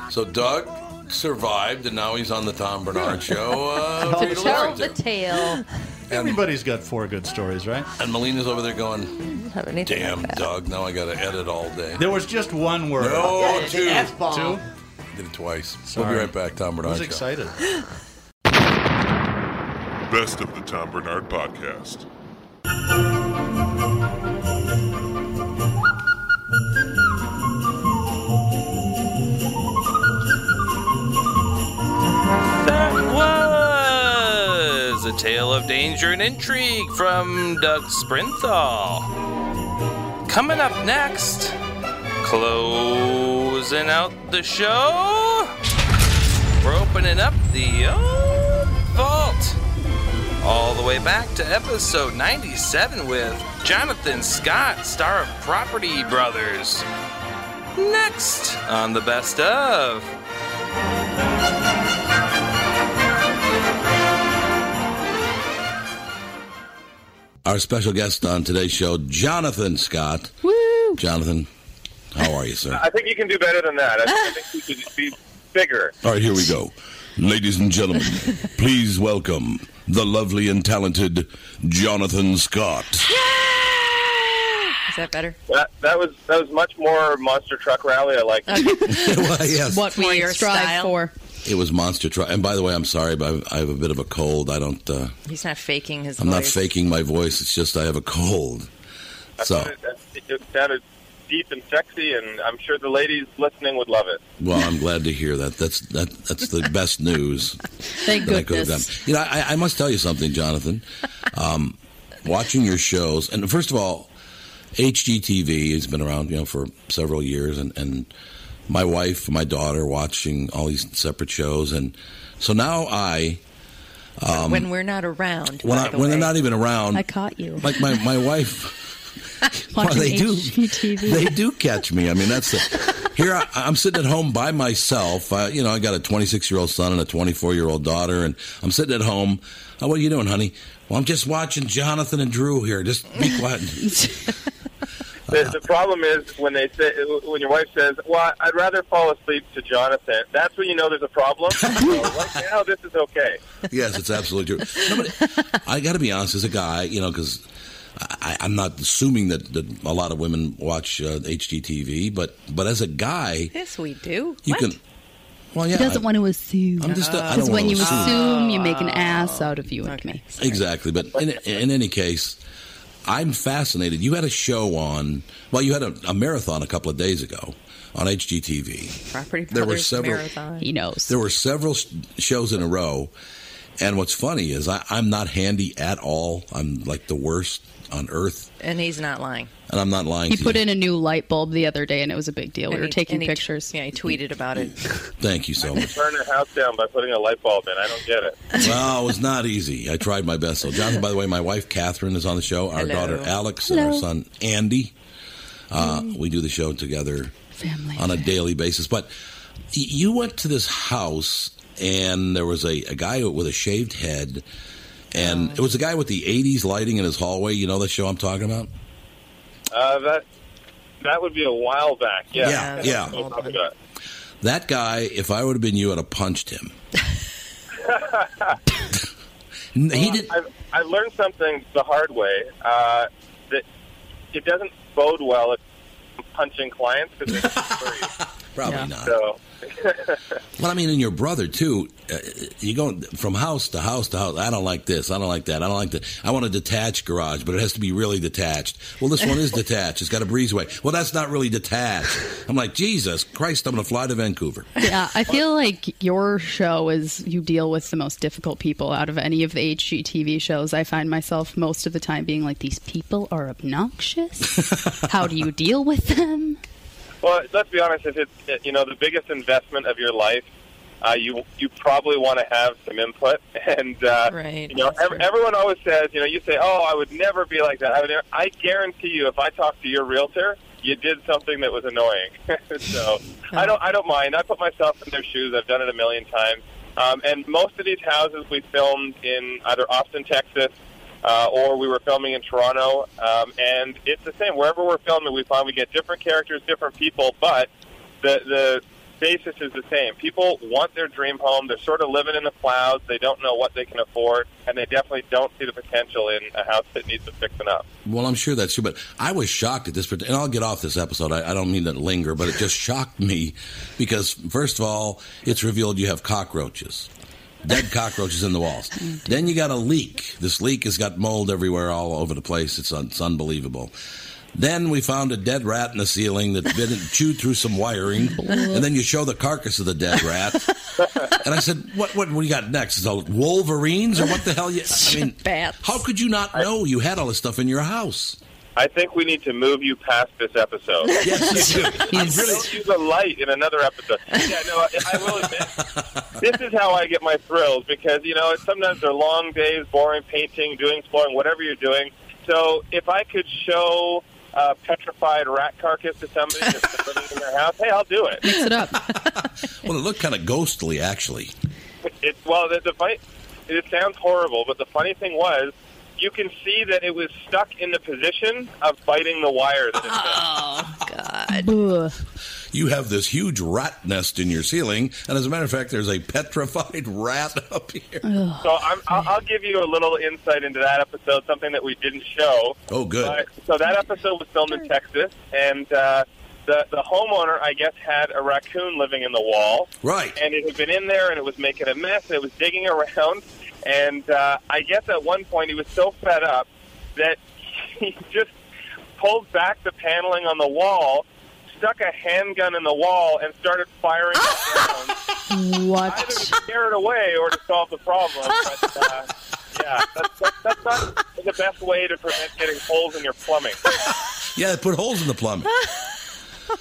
So Doug survived, and now he's on the Tom Bernard Show. Uh,
to
to
tell
listen
the
to.
tale.
Everybody's got four good stories, right?
And Melina's over there going, "Damn, Doug! Now I got to edit all day."
There was just one word.
No,
Yeah,
two.
the F-bomb.
Did it twice.
Sorry.
We'll be right back, Tom
I
Bernard.
was
Show.
excited. Best of the Tom Bernard Podcast.
That was a tale of danger and intrigue from Doug Sprinthal. Coming up next, closing out the show, we're opening up the old vault. All the way back to episode 97 with Jonathan Scott, star of Property Brothers. Next on the best of.
Our special guest on today's show, Jonathan Scott. Woo! Jonathan, how are you, sir?
I think you can do better than that. I think, I think you should be bigger.
All right, here we go. Ladies and gentlemen, please welcome the lovely and talented Jonathan Scott.
Is that better?
That, that was that was much more monster truck rally. I like.
yes.
What we strive for.
It was monster truck. And by the way, I'm sorry, but I have a bit of a cold. I don't. Uh,
He's not faking his
I'm not
voice.
faking my voice. It's just I have a cold. So
It sounded deep and sexy, and I'm sure the ladies listening would love it.
Well, I'm glad to hear that. That's that. That's the best news
Thank
that I could have done. You know, I, I must tell you something, Jonathan. Um, watching your shows, and first of all, HGTV has been around, you know, for several years, and and my wife, and my daughter, watching all these separate shows, and so now I. Um,
when we're not around.
when,
by
I,
the
when
way.
they're not even around,
I caught you.
Like my, my wife, well,
Watching
they do
HGTV.
they do catch me. I mean, that's the, here. I, I'm sitting at home by myself. I, you know, I got a 26 year old son and a 24 year old daughter, and I'm sitting at home. Oh, what are you doing, honey? Well, I'm just watching Jonathan and Drew here. Just be quiet.
The, the problem is when they say when your wife says, "Well, I'd rather fall asleep to Jonathan." That's when you know there's a problem. so right now, this is okay.
yes, it's absolutely true. Somebody, I got to be honest, as a guy, you know, because I'm not assuming that, that a lot of women watch uh, HGTV, but but as a guy,
Yes, we do.
you can. Well, yeah,
he doesn't
I-
want to assume.
I'm just- I don't
Because when
wanna
you
assume.
assume, you make an ass out of you and me.
Exactly, but in, in any case, I'm fascinated. You had a show on, well, you had a, a marathon a couple of days ago on HGTV.
Property
There were
Brothers
several-
Marathon.
He knows.
There were several sh- shows in a row, and what's funny is I, I'm not handy at all. I'm like the worst on earth,
And he's not lying.
and I'm not lying.
He
to
put
you.
in a new light bulb the other day, and it was a big deal. We
And
were
he-
taking
and he t-
pictures.
yeah, he tweeted about it.
Thank you so much.
Turn the house down by putting a light bulb in. I don't get it.
well, it was not easy. I tried my best. So, Jonathan, by the way, my wife Catherine is on the show. Our
Hello.
daughter Alex and
Hello.
our son Andy. Uh, we do the show together on a daily basis. But y- you went to this house, and there was a, a guy with a shaved head, and it was a guy with the '80s lighting in his hallway. You know the show I'm talking about?
Uh, that that would be a while back. Yeah,
Yeah, yeah.
Oh, my God.
That guy, if I would have been you, I'd have punched him. N- he did.
I've, I've learned something the hard way uh, that it doesn't bode well if I'm punching clients because
probably not.
So
Well, I mean, and your brother too. Uh, you go from house to house to house. I don't like this. I don't like that. I don't like that. I want a detached garage, but it has to be really detached. Well, this one is detached. It's got a breezeway. Well, that's not really detached. I'm like, Jesus Christ! I'm going to fly to Vancouver.
Yeah, I feel like your show is you deal with the most difficult people out of any of the HGTV shows. I find myself most of the time being like, these people are obnoxious. How do you deal with them?
Well, let's be honest. If it's you know the biggest investment of your life, uh, you you probably want to have some input. And uh,
Right,
you know, ev- everyone always says, you know, you say, "Oh, I would never be like that." I would. Never, I guarantee you, if I talk to your realtor, you did something that was annoying. so I don't I don't mind. I put myself in their shoes. I've done it a million times. Um, and most of these houses we filmed in either Austin, Texas, uh, or we were filming in Toronto. Um, and it's the same. Wherever we're filming, we find we get different characters, different people, but the the basis is the same. People want their dream home. They're sort of living in the clouds. They don't know what they can afford, and they definitely don't see the potential in a house that needs some fixing up.
Well, I'm sure that's true, but I was shocked at this. part- And I'll get off this episode. I, I don't mean to linger, but it just shocked me because, first of all, it's revealed you have cockroaches, dead cockroaches in the walls. Then you got a leak. This leak has got mold everywhere, all over the place. It's, un- it's unbelievable. Then we found a dead rat in the ceiling that had been chewed through some wiring, and then you show the carcass of the dead rat. and I said, "What? What? What do you got next? Is it Wolverines or what the hell? You, I mean, how could you not know you had all this stuff in your house?"
I think we need to move you past this episode.
Yes, you do.
I'm really use a light in another episode. Yeah, no, I, I will admit, this is how I get my thrills because you know sometimes they're long days, boring painting, doing exploring, whatever you're doing. So if I could show a petrified rat carcass to somebody that's living in their house, hey, I'll do it.
Mix it up.
Well, it looked kind of ghostly, actually.
It, well, the, the fight. It sounds horrible, but the funny thing was, you can see that it was stuck in the position of biting the wire. That it oh
God!
You have this huge rat nest in your ceiling, and as a matter of fact, there's a petrified rat up here.
So I'm, I'll, I'll give you a little insight into that episode, something that we didn't show.
Oh, good.
But, so that episode was filmed in Texas, and uh, the the homeowner, I guess, had a raccoon living in the wall.
Right.
And it had been in there, and it was making a mess, and it was digging around, and uh, I guess at one point he was so fed up that he just pulled back the paneling on the wall, stuck a handgun in the wall, and started firing. at rounds
What?
either to scare it away or to solve the problem. But, uh, yeah, that's, that's, that's not the best way to prevent getting holes in your plumbing.
Yeah, they put holes in the plumbing.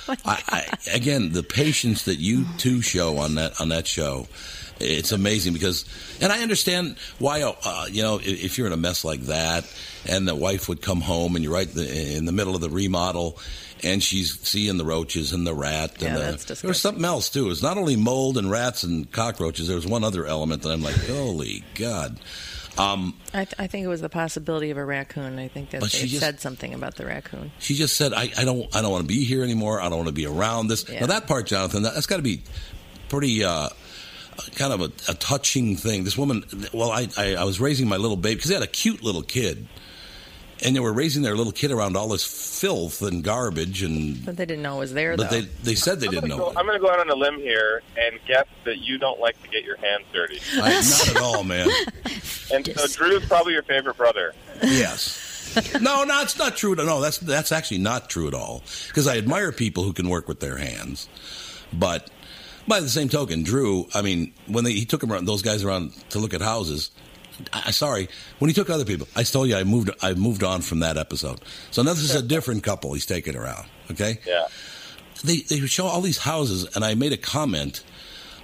I, I, again, the patience that you two show on that on that show, it's amazing because, and I understand why. Uh, you know, if, if you're in a mess like that, and the wife would come home, and you're right the, in the middle of the remodel, and she's seeing the roaches and the rat, and
Yeah,
the,
that's
there was something else too. It's not only mold and rats and cockroaches. There was one other element that I'm like, holy god. Um,
I, th- I think it was the possibility of a raccoon. I think that
But
they
she just-
said something about the raccoon.
She just said, I, I don't I don't want to be here anymore. I don't want to be around this.
Yeah.
Now that part, Jonathan, that, that's got to be pretty uh, kind of a, a touching thing. This woman, well, I I, I was raising my little baby because they had a cute little kid, and they were raising their little kid around all this filth and garbage and.
But they didn't know it was there,
But
though.
they they said they didn't know.
So I'm going to go out on a limb here and guess that you don't like to get your hands dirty.
I, not at all, man.
And so Drew's probably your favorite brother.
Yes. No, no, it's not true. at- No, that's that's actually not true at all. Because I admire people who can work with their hands, but by the same token, Drew. I mean, when they, he took him around, those guys around to look at houses. I, I- sorry, when he took other people, I told you I moved. I moved on from that episode. So now this is a different couple. He's taking around. Okay.
Yeah.
They they would show all these houses, and I made a comment.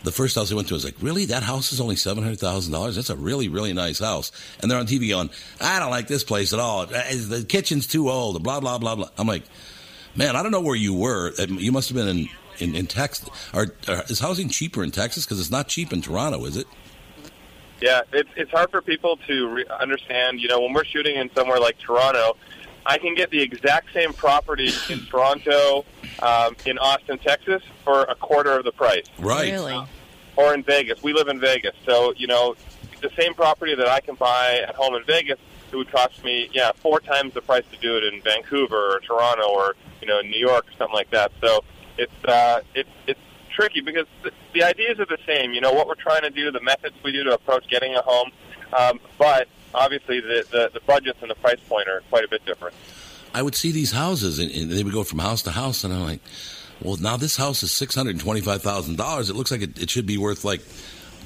The first house I went to I was like, really? That house is only seven hundred thousand dollars. That's a really, really nice house. And they're on TV going, I don't like this place at all. Eh, The kitchen's too old. and Blah blah blah blah. I'm like, man, I don't know where you were. Um, You must have been in in, in Texas. Are, are, is housing cheaper in Texas? Because it's not cheap in Toronto, is it?
Yeah, it's it's hard for people to re- understand. You know, when we're shooting in somewhere like Toronto, I can get the exact same property in Toronto, um, in Austin, Texas, for a quarter of the price.
Right.
Really?
Or in Vegas. We live in Vegas, so you know, the same property that I can buy at home in Vegas, it would cost me yeah four times the price to do it in Vancouver or Toronto or you know New York or something like that. So it's uh, it's it's tricky because the, the ideas are the same. You know what we're trying to do, the methods we do to approach getting a home, um, but obviously the, the the budgets and the price point are quite a bit different.
I would see these houses, and, and they would go from house to house, and I'm like, well, now this house is six hundred twenty-five thousand dollars. It looks like it, it should be worth like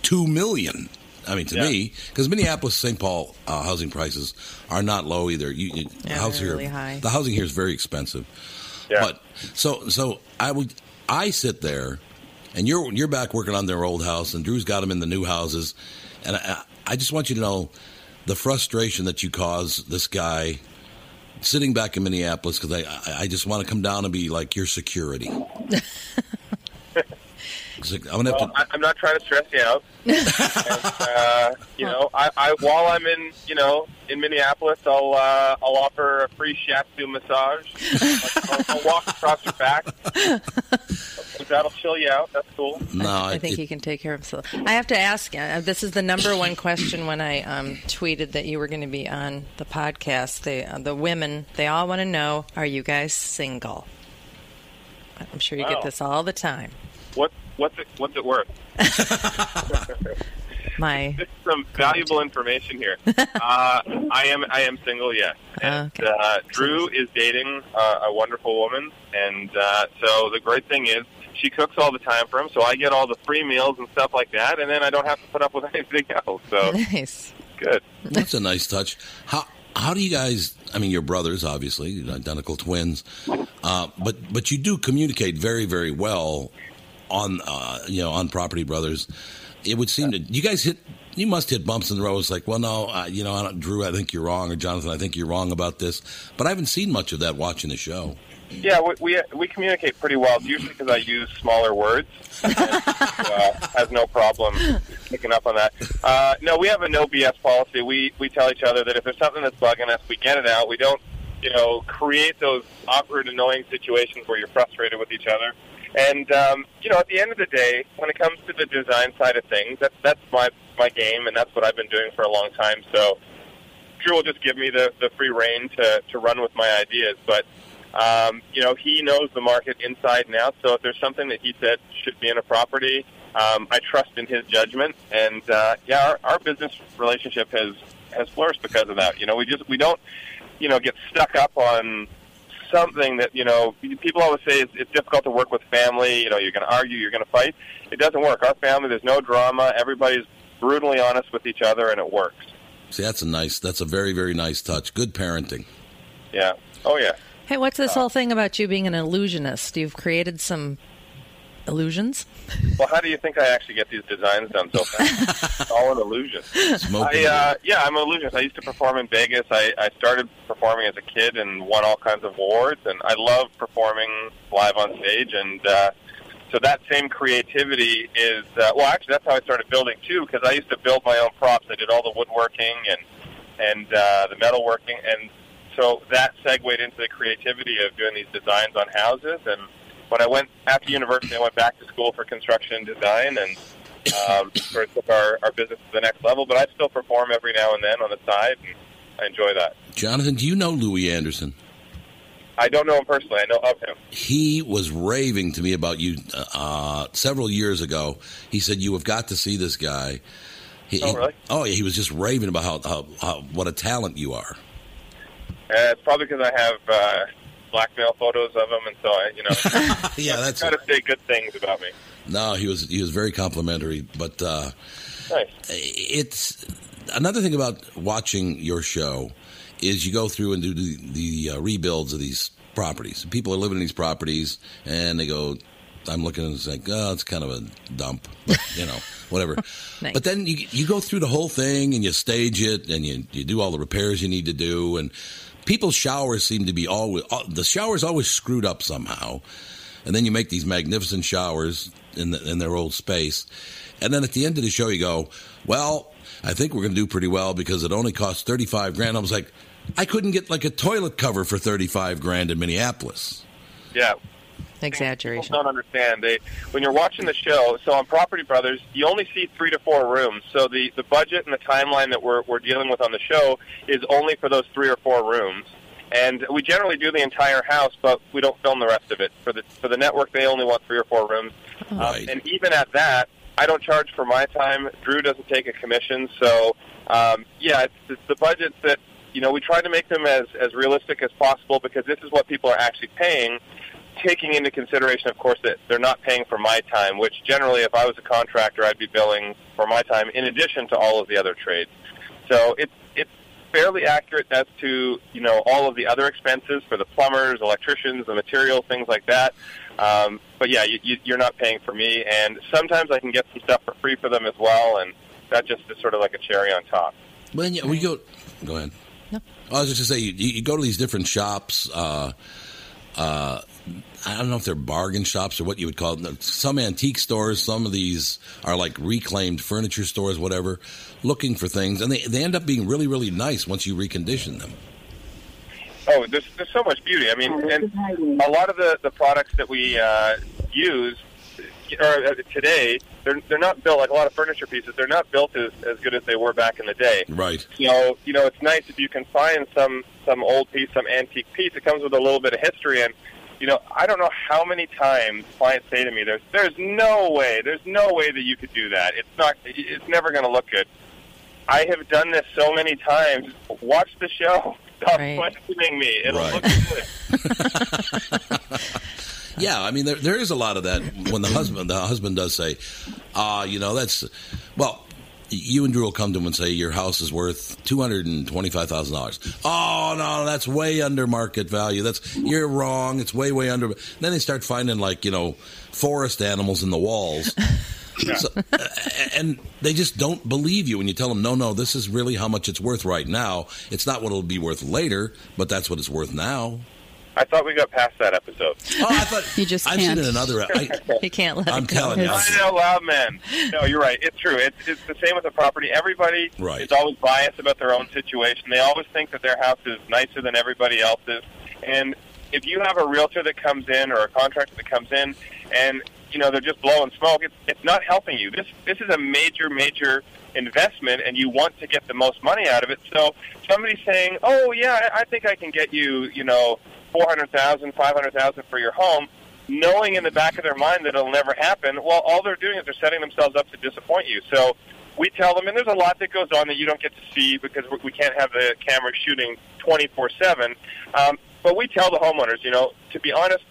two million. I mean, to
Yeah.
me, because Minneapolis, St. Paul uh, housing prices are not low either. You, you, the
Yeah,
house
they're
here,
really high.
the housing here is very expensive. But so, so I would, I sit there, and you're you're back working on their old house, and Drew's got them in the new houses, and I, I just want you to know the frustration that you cause this guy sitting back in Minneapolis because I, I I just want to come down and be like your security. It's like, I'm gonna have
well,
to.
I, I'm not trying to stress you out. and, uh, you know, I, I while I'm in, you know, in Minneapolis, I'll uh, I'll offer a free shiatsu massage. I'll, I'll walk across your back. That'll chill you out. That's cool.
No,
I think he can take care of himself. I have to ask. Uh, this is the number one question when I um, tweeted that you were going to be on the podcast. They, uh, the women, they all want to know: Are you guys single? I'm sure you
Wow.
get this all the time.
What what's it what's it worth?
my
This is some valuable information here. uh, I am I am single, yes.
uh,
Uh, Drew is dating uh, a wonderful woman, and uh, so the great thing is she cooks all the time for him, so I get all the free meals and stuff like that, and then I don't have to put up with anything else. So
nice.
good.
That's a nice touch. How how do you guys? I mean, you're brothers, obviously, identical twins, uh, but but you do communicate very very well on uh, you know on Property Brothers. It would seem that you guys hit. You must hit bumps in the road. It's like, well, no, uh, you know, I don't, Drew, I think you're wrong, or Jonathan, I think you're wrong about this. But I haven't seen much of that watching the show.
Yeah, we we, we communicate pretty well, usually because I use smaller words. And, uh, has no problem picking up on that. Uh, no, we have a no BS policy. We we tell each other that if there's something that's bugging us, we get it out. We don't, you know, create those awkward, annoying situations where you're frustrated with each other. And um, you know, at the end of the day, when it comes to the design side of things, that's that's my my game, and that's what I've been doing for a long time. So Drew will just give me the, the free reign to, to run with my ideas. But, um, you know, he knows the market inside and out. So if there's something that he said should be in a property, um, I trust in his judgment. And, uh, yeah, our, our business relationship has, has flourished because of that. You know, we just, we don't, you know, get stuck up on something that, you know, people always say it's, it's difficult to work with family. You know, you're going to argue, you're going to fight. It doesn't work. Our family, there's no drama. Everybody's brutally honest with each other and it works.
See, that's a nice, that's a very very nice touch. Good parenting.
Yeah. Oh, yeah.
Hey, what's this whole thing about you being an illusionist? You've created some illusions.
Well, how do you think I actually get these designs done so fast? It's all an illusion. I, uh, yeah, I'm an illusionist. I used to perform in Vegas. I, I started performing as a kid and won all kinds of awards, and I love performing live on stage. And uh, so that same creativity is uh, well, actually, that's how I started building too, because I used to build my own props. I did all the woodworking and and uh, the metalworking, and so that segued into the creativity of doing these designs on houses and when I went after university, I went back to school for construction and design, and um, sort of took our, our business to the next level. But I still perform every now and then on the side, and I enjoy that.
Jonathan, do you know Louis Anderson?
I don't know him personally; I know of him.
he was raving to me about you uh, several years ago. He said you have got to see this guy. He,
Oh, really?
oh, yeah. He was just raving about how, how, how what a talent you are.
Uh, it's probably because I have uh, blackmail photos of him, and so I, you know,
yeah, that's
got to say good things about me.
No, he was he was very complimentary, but uh,
Nice.
it's another thing about watching your show is you go through and do the, the uh, rebuilds of these properties. People are living in these properties, and they go. I'm looking and it's like, oh, it's kind of a dump, but, you know, whatever.
Nice.
But then you you go through the whole thing and you stage it and you you do all the repairs you need to do and people's showers seem to be always all- the showers always screwed up somehow and then you make these magnificent showers in the, in their old space, and then at the end of the show you go, well, I think we're going to do pretty well because it only cost thirty five grand. I was like, I couldn't get like a toilet cover for thirty five grand in Minneapolis.
Yeah,
Exaggeration.
People don't understand. They when you're watching the show, so on Property Brothers, you only see three to four rooms. So the the budget and the timeline that we're we're dealing with on the show is only for those three or four rooms. And we generally do the entire house, but we don't film the rest of it for the for the network. They only want three or four rooms, um, and even at that, I don't charge for my time. Drew doesn't take a commission, so um, yeah, it's, it's the budgets that you know we try to make them as as realistic as possible because this is what people are actually paying taking into consideration, of course, that they're not paying for my time, which generally, if I was a contractor, I'd be billing for my time in addition to all of the other trades. So it's it's fairly accurate as to you know all of the other expenses for the plumbers, electricians, the materials, things like that. Um, but yeah, you, you, you're not paying for me, and sometimes I can get some stuff for free for them as well, and that just is sort of like a cherry on top.
Well, yeah, we go. Go ahead. I was just gonna say you, you go to these different shops. Uh, uh, I don't know if they're bargain shops or what you would call them. Some antique stores, some of these are like reclaimed furniture stores, whatever, looking for things, and they they end up being really really nice once you recondition them.
Oh, there's, there's so much beauty. I mean, and a lot of the, the products that we uh, use or, uh, today, they're, they're not built like a lot of furniture pieces. They're not built as, as good as they were back in the day.
Right.
You know, you know, it's nice if you can find some some old piece, some antique piece. It comes with a little bit of history, and you know, I don't know how many times clients say to me, "There's, there's no way, there's no way that you could do that. It's not, it's never going to look good." I have done this so many times. Watch the show. Stop questioning me. It'll look good.
Yeah, I mean there there is a lot of that when the husband the husband does say, "Ah, you know that's well." You and Drew will come to him and say your house is worth two hundred and twenty five thousand dollars. Oh no, that's way under market value. That's you're wrong. It's way way under. Then they start finding like you know forest animals in the walls. So, uh, and they just don't believe you when you tell them, no, no, this is really how much it's worth right now. It's not what it'll be worth later, but that's what it's worth now.
I thought we got past that episode.
Oh, I thought
you just
I've
can't.
seen it in other- I-
you can't let
I'm
it go.
telling you.
I know, loud men. No, you're right. It's true. It's, it's the same with the property. Everybody
Right.
is always biased about their own situation. They always think that their house is nicer than everybody else's. And if you have a realtor that comes in or a contractor that comes in, and you know they're just blowing smoke, it's, it's not helping you. This this is a major, major investment, and you want to get the most money out of it. So somebody saying, "Oh yeah, I I think I can get you," you know, four hundred thousand, five hundred thousand for your home knowing in the back of their mind that it'll never happen, well, all they're doing is they're setting themselves up to disappoint you. So we tell them, and there's a lot that goes on that you don't get to see because we- we can't have the camera shooting 24 7. Um, but we tell the homeowners, you know, to be honest,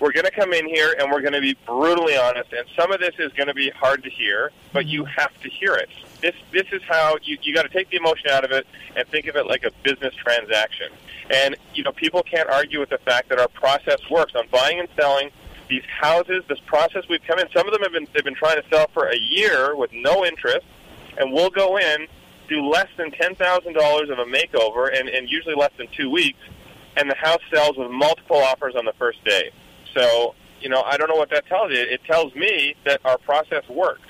we're going to come in here and we're going to be brutally honest, and some of this is going to be hard to hear, but you have to hear it. This this is how you you got to take the emotion out of it and think of it like a business transaction. And you know, people can't argue with the fact that our process works on buying and selling these houses. This process we've come in, some of them have been they've been trying to sell for a year with no interest, and we'll go in do less than ten thousand dollars of a makeover, and, and usually less than two weeks, and the house sells with multiple offers on the first day. So, you know, I don't know what that tells you. It tells me that our process works.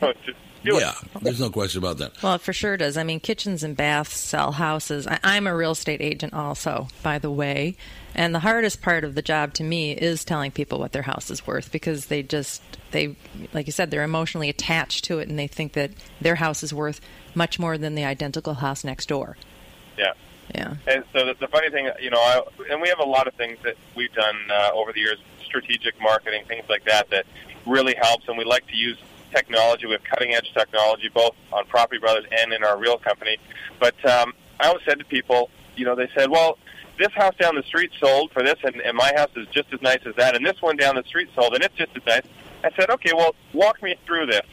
So just do
yeah, there's no question about that.
Well, it for sure does. I mean, kitchens and baths sell houses. I, I'm a real estate agent, also, by the way. And the hardest part of the job to me is telling people what their house is worth because they just, they, like you said, they're emotionally attached to it and they think that their house is worth much more than the identical house next door.
it. Yeah.
Yeah.
And so the, the funny thing, you know, I, and we have a lot of things that we've done uh, over the years, strategic marketing, things like that, that really helps. And we like to use technology. We have cutting edge technology, both on Property Brothers and in our real company. But um, I always said to people, you know, they said, well, this house down the street sold for this, and, and my house is just as nice as that, and this one down the street sold, and it's just as nice. I said, okay, well, walk me through this.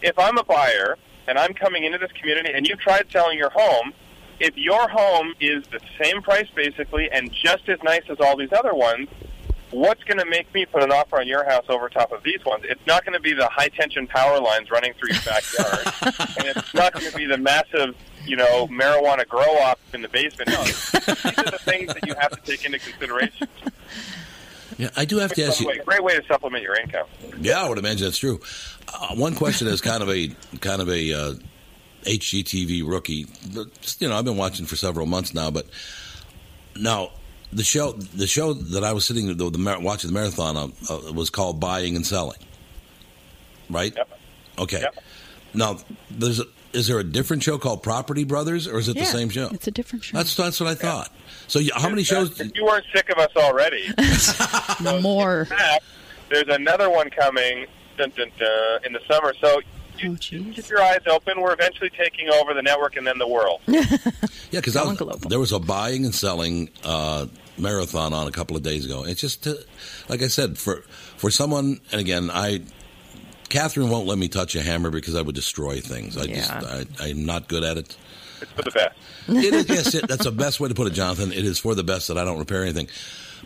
If I'm a buyer and I'm coming into this community and you tried selling your home, if your home is the same price basically and just as nice as all these other ones, what's going to make me put an offer on your house over top of these ones? It's not going to be the high tension power lines running through your backyard, and it's not going to be the massive, you know, marijuana grow up in the basement. No, these are the things that you have to take into consideration.
Yeah, I do have to ask you.
By the way, great way to supplement your income.
Yeah, I would imagine that's true. Uh, one question is kind of a kind of a uh, HGTV rookie. Just, you know, I've been watching for several months now, but now the show the show that I was sitting the, the mar- watching the marathon on, uh, was called Buying and Selling, right? Okay. Now, there's a, is there a different show called Property Brothers, or is it
Yeah,
the same show?
It's a different show.
That's that's what I thought. So, you, how many shows?
If you weren't sick of us already,
more.
fact, there's another one coming dun, dun, dun, in the summer. So
you
keep your eyes open. We're eventually taking over the network and then the world.
Yeah, because there was a buying and selling uh, marathon on a couple of days ago. It's just, uh, like I said, for for someone, and again, I Catherine won't let me touch a hammer because I would destroy things. I just, I, I'm not good at it.
It's for the best.
It is, yes, it, that's the best way to put it, Jonathan. It is for the best that I don't repair anything.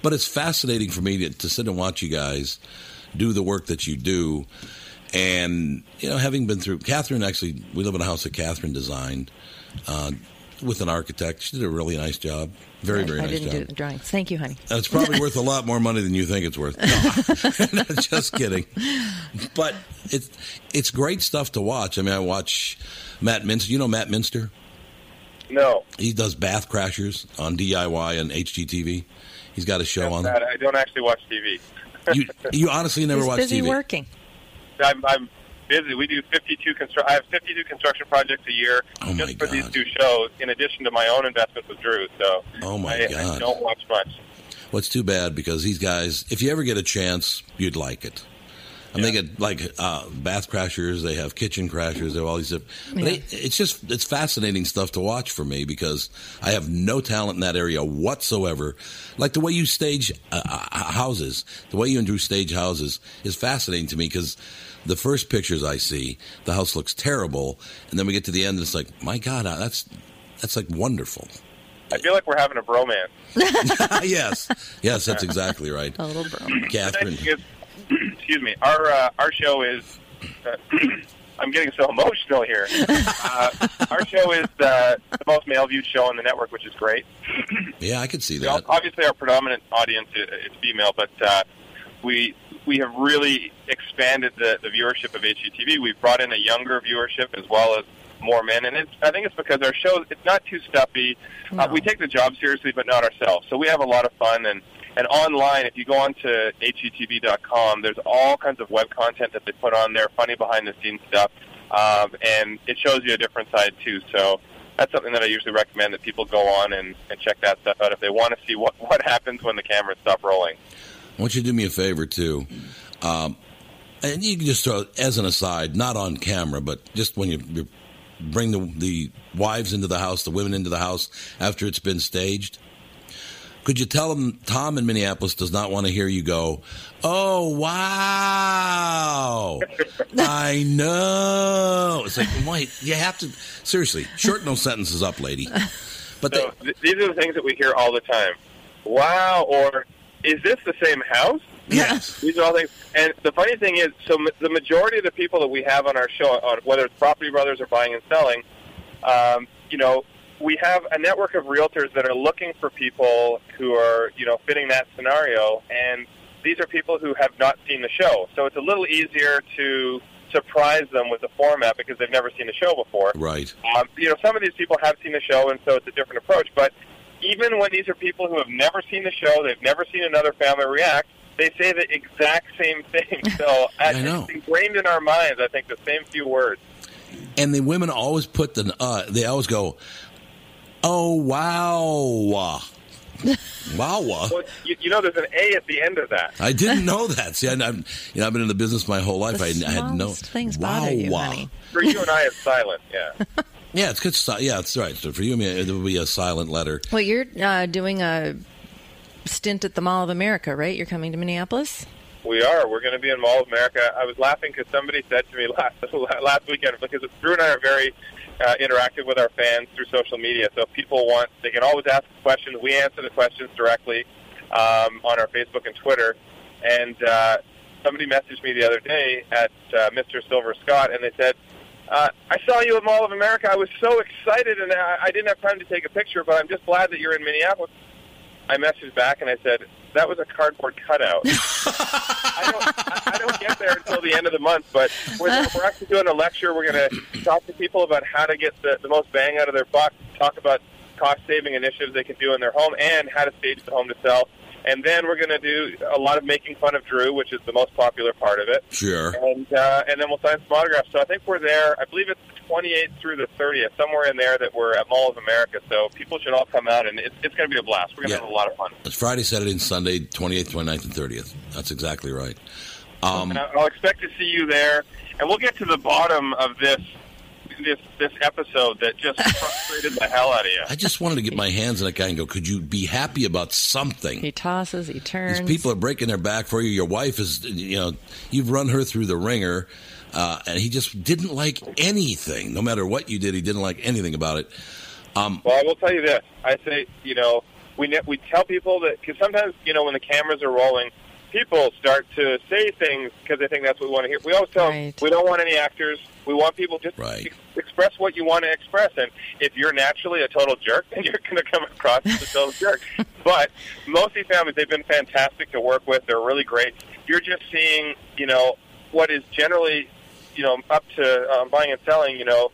But it's fascinating for me to, to sit and watch you guys do the work that you do. And, you know, having been through, Catherine actually, we live in a house that Catherine designed uh, with an architect. She did a really nice job. Very, very
I
nice
didn't
job.
do the drawings. Thank you, honey.
And it's probably worth a lot more money than you think it's worth. No. Just kidding. But it's it's great stuff to watch. I mean, I watch Matt Minster. You know Matt Minster?
No,
He does Bath Crashers on DIY and HGTV. He's got a show on.
I don't actually watch TV.
You you honestly never watch TV.
working.
I'm, I'm busy. We do 52 constru- I have 52 construction projects a year
Oh
just for these two shows, in addition to my own investments with Drew. So
Oh my
I,
God.
I don't watch much.
Well, it's too bad because these guys, if you ever get a chance, you'd like it. And they get like uh, bath crashers, they have kitchen crashers, they have all these. Different, but
Yeah.
they, it's just it's fascinating stuff to watch for me because I have no talent in that area whatsoever. Like the way you stage uh, uh, houses, the way you and Drew stage houses is fascinating to me because the first pictures I see, the house looks terrible, and then we get to the end, and it's like, my God, uh, that's that's like wonderful.
I feel like we're having a bromance.
yes, yes, that's exactly right.
A little bromance.
Catherine.
excuse me. Our uh, our show is. Uh, I'm getting so emotional here. Uh, our show is uh, the most male viewed show on the network, which is great.
Yeah, I could see
Well,
that.
Obviously, our predominant audience i- is female, but uh, we we have really expanded the, the viewership of HGTV. We've brought in a younger viewership as well as more men, and it's, I think it's because our show it's not too stuffy. Uh, we take the job seriously, but not ourselves. So we have a lot of fun and. And online, if you go on to hgtv.com, there's all kinds of web content that they put on there, funny behind-the-scenes stuff, um, and it shows you a different side too. So that's something that I usually recommend that people go on and, and check that stuff out if they want to see what, what happens when the cameras stop rolling.
I want you to do me a favor too, um, and you can just throw as an aside, not on camera, but just when you, you bring the the wives into the house, the women into the house after it's been staged. Could you tell them Tom in Minneapolis does not want to hear you go? Oh wow! I know. It's like wait, you have to seriously shorten those sentences up, lady. But
so th- these are the things that we hear all the time. Wow, or is this the same house?
Yes.
These are all things. And the funny thing is, so ma- the majority of the people that we have on our show, on whether it's Property Brothers or Buying and Selling, um, you know, we have a network of realtors that are looking for people who are, you know, fitting that scenario, and these are people who have not seen the show. So it's a little easier to surprise them with the format because they've never seen the show before.
Right.
Um, you know, some of these people have seen the show, and so it's a different approach. But even when these are people who have never seen the show, they've never seen another family react, they say the exact same thing. So I
know.
it's ingrained in our minds, I think, the same few words.
and the women always put the uh, they always go, oh wow, wow.
Well, you, you know, there's an A at the end of that.
I didn't know that. See, I, I'm, you know, I've been in the business my whole life. I, I had no
smallest things
wow,
bother you,
wow.
honey. For you and I, it's silent. Yeah.
Yeah, it's good. si- Yeah, it's right. So for you, I mean, it would be a silent letter.
Well, you're uh, doing a stint at the Mall of America, right? You're coming to Minneapolis.
We are. We're going to be in Mall of America. I was laughing because somebody said to me last last weekend because Drew and I are very uh, interactive with our fans through social media. So if people want, they can always ask questions. We answer the questions directly um, on our Facebook and Twitter. And uh, somebody messaged me the other day at uh, Mr. Silver Scott, and they said, uh, "I saw you at Mall of America. I was so excited, and I, I didn't have time to take a picture, but I'm just glad that you're in Minneapolis." I messaged back and I said, "That was a cardboard cutout." I don't get there until the end of the month, but we're, we're actually doing a lecture. We're going to talk to people about how to get the, the most bang out of their buck, talk about cost saving initiatives they can do in their home, and how to stage the home to sell. And then we're going to do a lot of making fun of Drew, which is the most popular part of it.
Sure.
And, uh, and then we'll sign some autographs. So I think we're there, I believe it's the 28th through the 30th, somewhere in there that we're at Mall of America. So people should all come out, and it's, it's going to be a blast. We're going to
Yeah.
have a lot of fun.
It's Friday, Saturday, and Sunday, 28th, 29th, and 30th. That's exactly right. Um,
and I- I'll expect to see you there. And we'll get to the bottom of this this this episode that just frustrated the hell out of you.
I just wanted to get my hands on a guy and go, could you be happy about something?
He tosses, he turns.
These people are breaking their back for you. Your wife is, you know, you've run her through the ringer, uh, and he just didn't like anything. No matter what you did, he didn't like anything about it. Um,
Well, I will tell you this. I say, you know, we ne- we tell people that because sometimes, you know, when the cameras are rolling, people start to say things because they think that's what we want to hear. We always tell them we don't want any actors. We want people just ex- express what you want to express. And if you're naturally a total jerk, then you're going to come across as a total jerk. But most of these families, they've been fantastic to work with. They're really great. You're just seeing, you know, what is generally, you know, up to um, buying and selling, you know,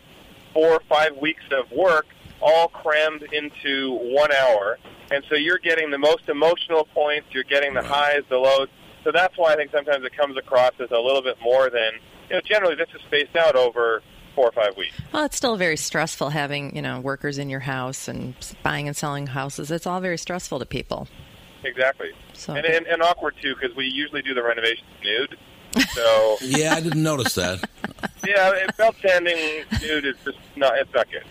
four or five weeks of work all crammed into one hour. And so you're getting the most emotional points, you're getting the highs, the lows. So that's why I think sometimes it comes across as a little bit more than, you know, generally this is spaced out over four or five weeks.
Well, it's still very stressful having you know workers in your house and buying and selling houses. It's all very stressful to people.
exactly.
So-
And, and and awkward too because we usually do the renovations nude. So
Yeah, I didn't notice that.
yeah, it- belt sanding nude is just not it's not good.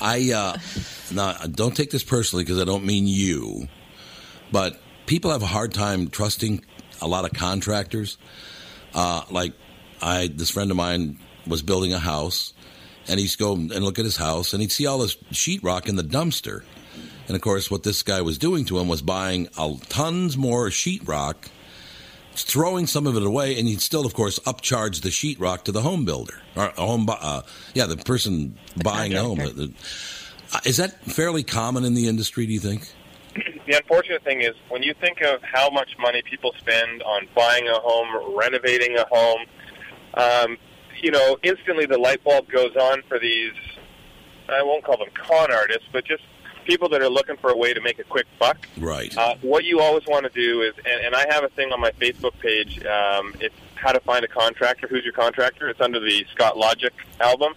I uh, now don't take this personally because I don't mean you, but people have a hard time trusting a lot of contractors. Uh, like I, this friend of mine was building a house, and he'd go and look at his house, and he'd see all this sheetrock in the dumpster. And of course, what this guy was doing to him was buying a, tons more sheetrock, throwing some of it away, and he'd still, of course, upcharge the sheetrock to the home builder or a home, bu- uh, yeah, the person buying the home.
contractor.
Uh, Is that fairly common in the industry? Do you think?
The unfortunate thing is when you think of how much money people spend on buying a home, renovating a home, um, you know, instantly the light bulb goes on for these. I won't call them con artists, but just people that are looking for a way to make a quick buck.
Right.
Uh, what you always want to do is, and, and I have a thing on my Facebook page. Um, it's how to find a contractor. Who's your contractor? It's under the Scott Logic album.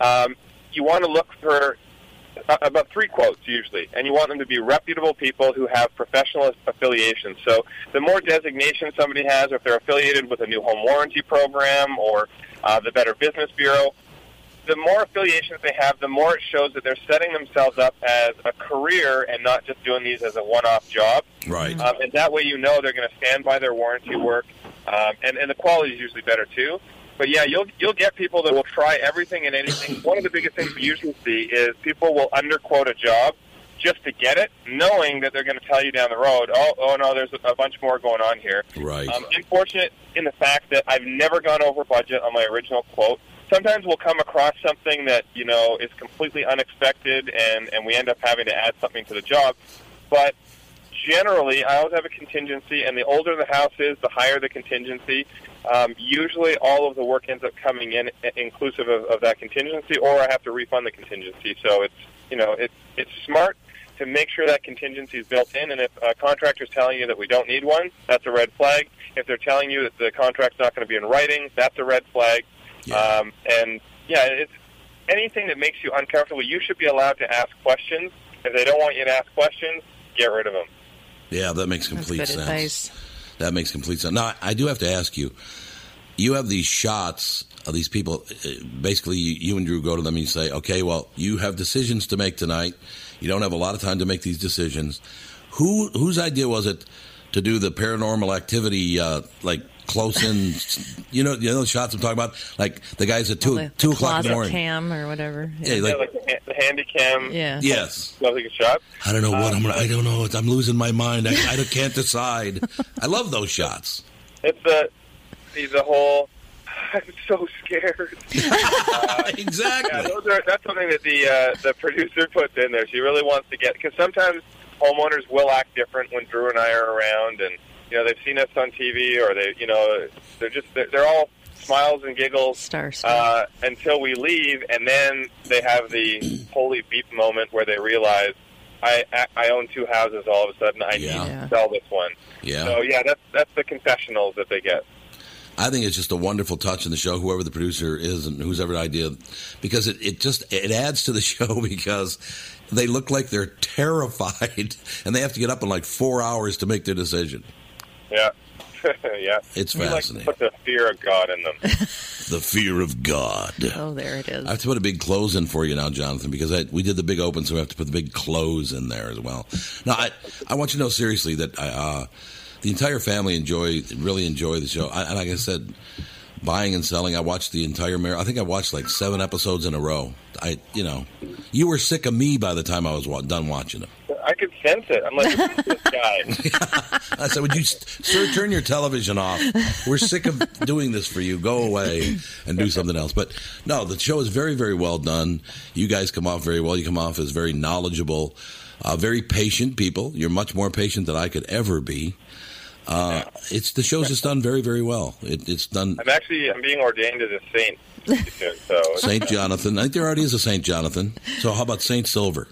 Um, you want to look for a- uh, about three quotes usually, and you want them to be reputable people who have professional affiliations. So the more designation somebody has, or if they're affiliated with a new home warranty program or uh, the Better Business Bureau, the more affiliations they have, the more it shows that they're setting themselves up as a career and not just doing these as a one-off job.
Uh,
Right.
Um, and that way, you know they're going to stand by their warranty work, um, and, and the quality is usually better too. But yeah, you'll you'll get people that will try everything and anything. One of the biggest things we usually see is people will underquote a job just to get it, knowing that they're going to tell you down the road, oh, oh no, there's a bunch more going on here.
Right.
Um, I'm fortunate in the fact that I've never gone over budget on my original quote. Sometimes we'll come across something that you know is completely unexpected, and and we end up having to add something to the job. But generally, I always have a contingency, and the older the house is, the higher the contingency. Um, usually, all of the work ends up coming in i- inclusive of, of that contingency, or I have to refund the contingency. So it's you know it's it's smart to make sure that contingency is built in. And if a contractor's telling you that we don't need one, that's a red flag. If they're telling you that the contract's not going to be in writing, that's a red flag. Um, and yeah, it's anything that makes you uncomfortable. You should be allowed to ask questions. If they don't want you to ask questions, get rid of them.
Yeah, that makes complete
good
sense.
advice.
That makes complete sense. Now, I do have to ask you. You have these shots of these people. uh, Basically, you, you and Drew go to them and you say, "Okay, well, you have decisions to make tonight. You don't have a lot of time to make these decisions." Who whose idea was it to do the paranormal activity uh, like close in? you know, you know those shots I'm talking about, like the guys at two two o'clock in
Closet
the morning.
cam or whatever.
Yeah, like-
Ha- the handy cam.
Yeah.
Yes.
Sounds like a shot.
I don't know what I'm. Gonna, I don't know. I'm losing my mind. I, I can't decide. I love those shots.
It's the the whole. I'm so scared. Uh,
exactly.
Yeah, those are, that's something that the uh, the producer puts in there. She really wants to get because sometimes homeowners will act different when Drew and I are around, and you know they've seen us on TV or they you know they're just they're, they're all smiles and giggles uh, until we leave, and then they have the holy beep moment where they realize. I I- I own two houses. All of a sudden, I need to sell this one.
Yeah.
So yeah, that's that's the confessionals that they get.
I think it's just a wonderful touch in the show, whoever the producer is and whose ever idea, because it, it just it adds to the show because they look like they're terrified and they have to get up in like four hours to make their decision.
Yeah. yeah.
It's
We
fascinating.
Like to put the fear of God in them.
The fear of God.
Oh, there it is.
I have to put a big close in for you now, Jonathan, because I, we did the big open, so we have to put the big close in there as well. Now, I, I want you to know seriously that I, uh, the entire family enjoy really enjoy the show. I, and like I said, buying and selling, I watched the entire mirror. I think I watched like seven episodes in a row. I, you know, you were sick of me by the time I was wa- done watching it.
I could sense it. I'm like, who's this guy?
I said, "Would you, sir, turn your television off? We're sick of doing this for you. Go away and do something else." But no, the show is very, very well done. You guys come off very well. You come off as very knowledgeable, uh, very patient people. You're much more patient than I could ever be. Uh, it's the show's just done very, very well. It, it's done.
I'm actually I'm being ordained as a saint. soon, So
Saint Jonathan. I think there already is a Saint Jonathan. So how about Saint Silver?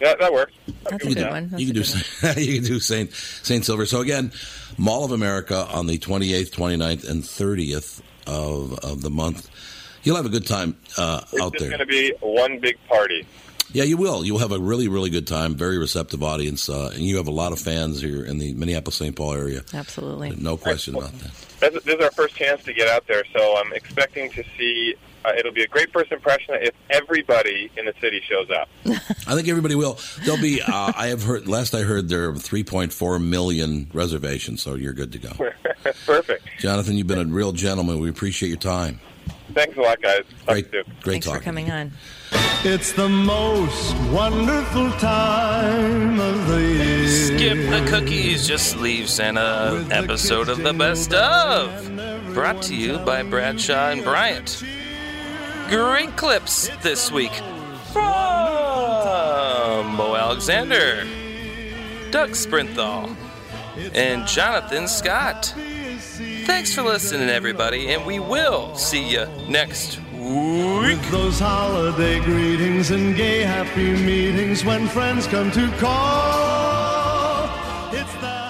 Yeah, that works.
That's
you can do- you can do Saint- you can do Saint Saint Silver. So again, Mall of America on the 28th, 29th, and 30th of of the month. You'll have a good time uh,
It's
out
just
there.
going to be one big party.
Yeah, you will. You'll have a really, really good time. Very receptive audience, uh, and you have a lot of fans here in the Minneapolis-St. Paul area.
Absolutely.
No question about that.
That's, this is our first chance to get out there, so I'm expecting to see. Uh, it'll be a great first impression if everybody in the city shows up.
I think everybody will. There'll be. Uh, I have heard. Last I heard, there are 3.4 million reservations, so you're good to go.
Perfect.
Jonathan, you've been a real gentleman. We appreciate your time.
Thanks a lot, guys.
Great, great
Thanks
talking.
for coming on.
It's the most wonderful time of the year.
Skip the cookies, just leave Santa. Episode of the best of. Brought to you by Bradshaw and Bryant. Great clips this week from Bo Alexander, Doug Sprinthal, and Jonathan Scott. Thanks for listening, everybody, and we will see you next
With those holiday greetings and gay happy meetings when friends come to call. It's the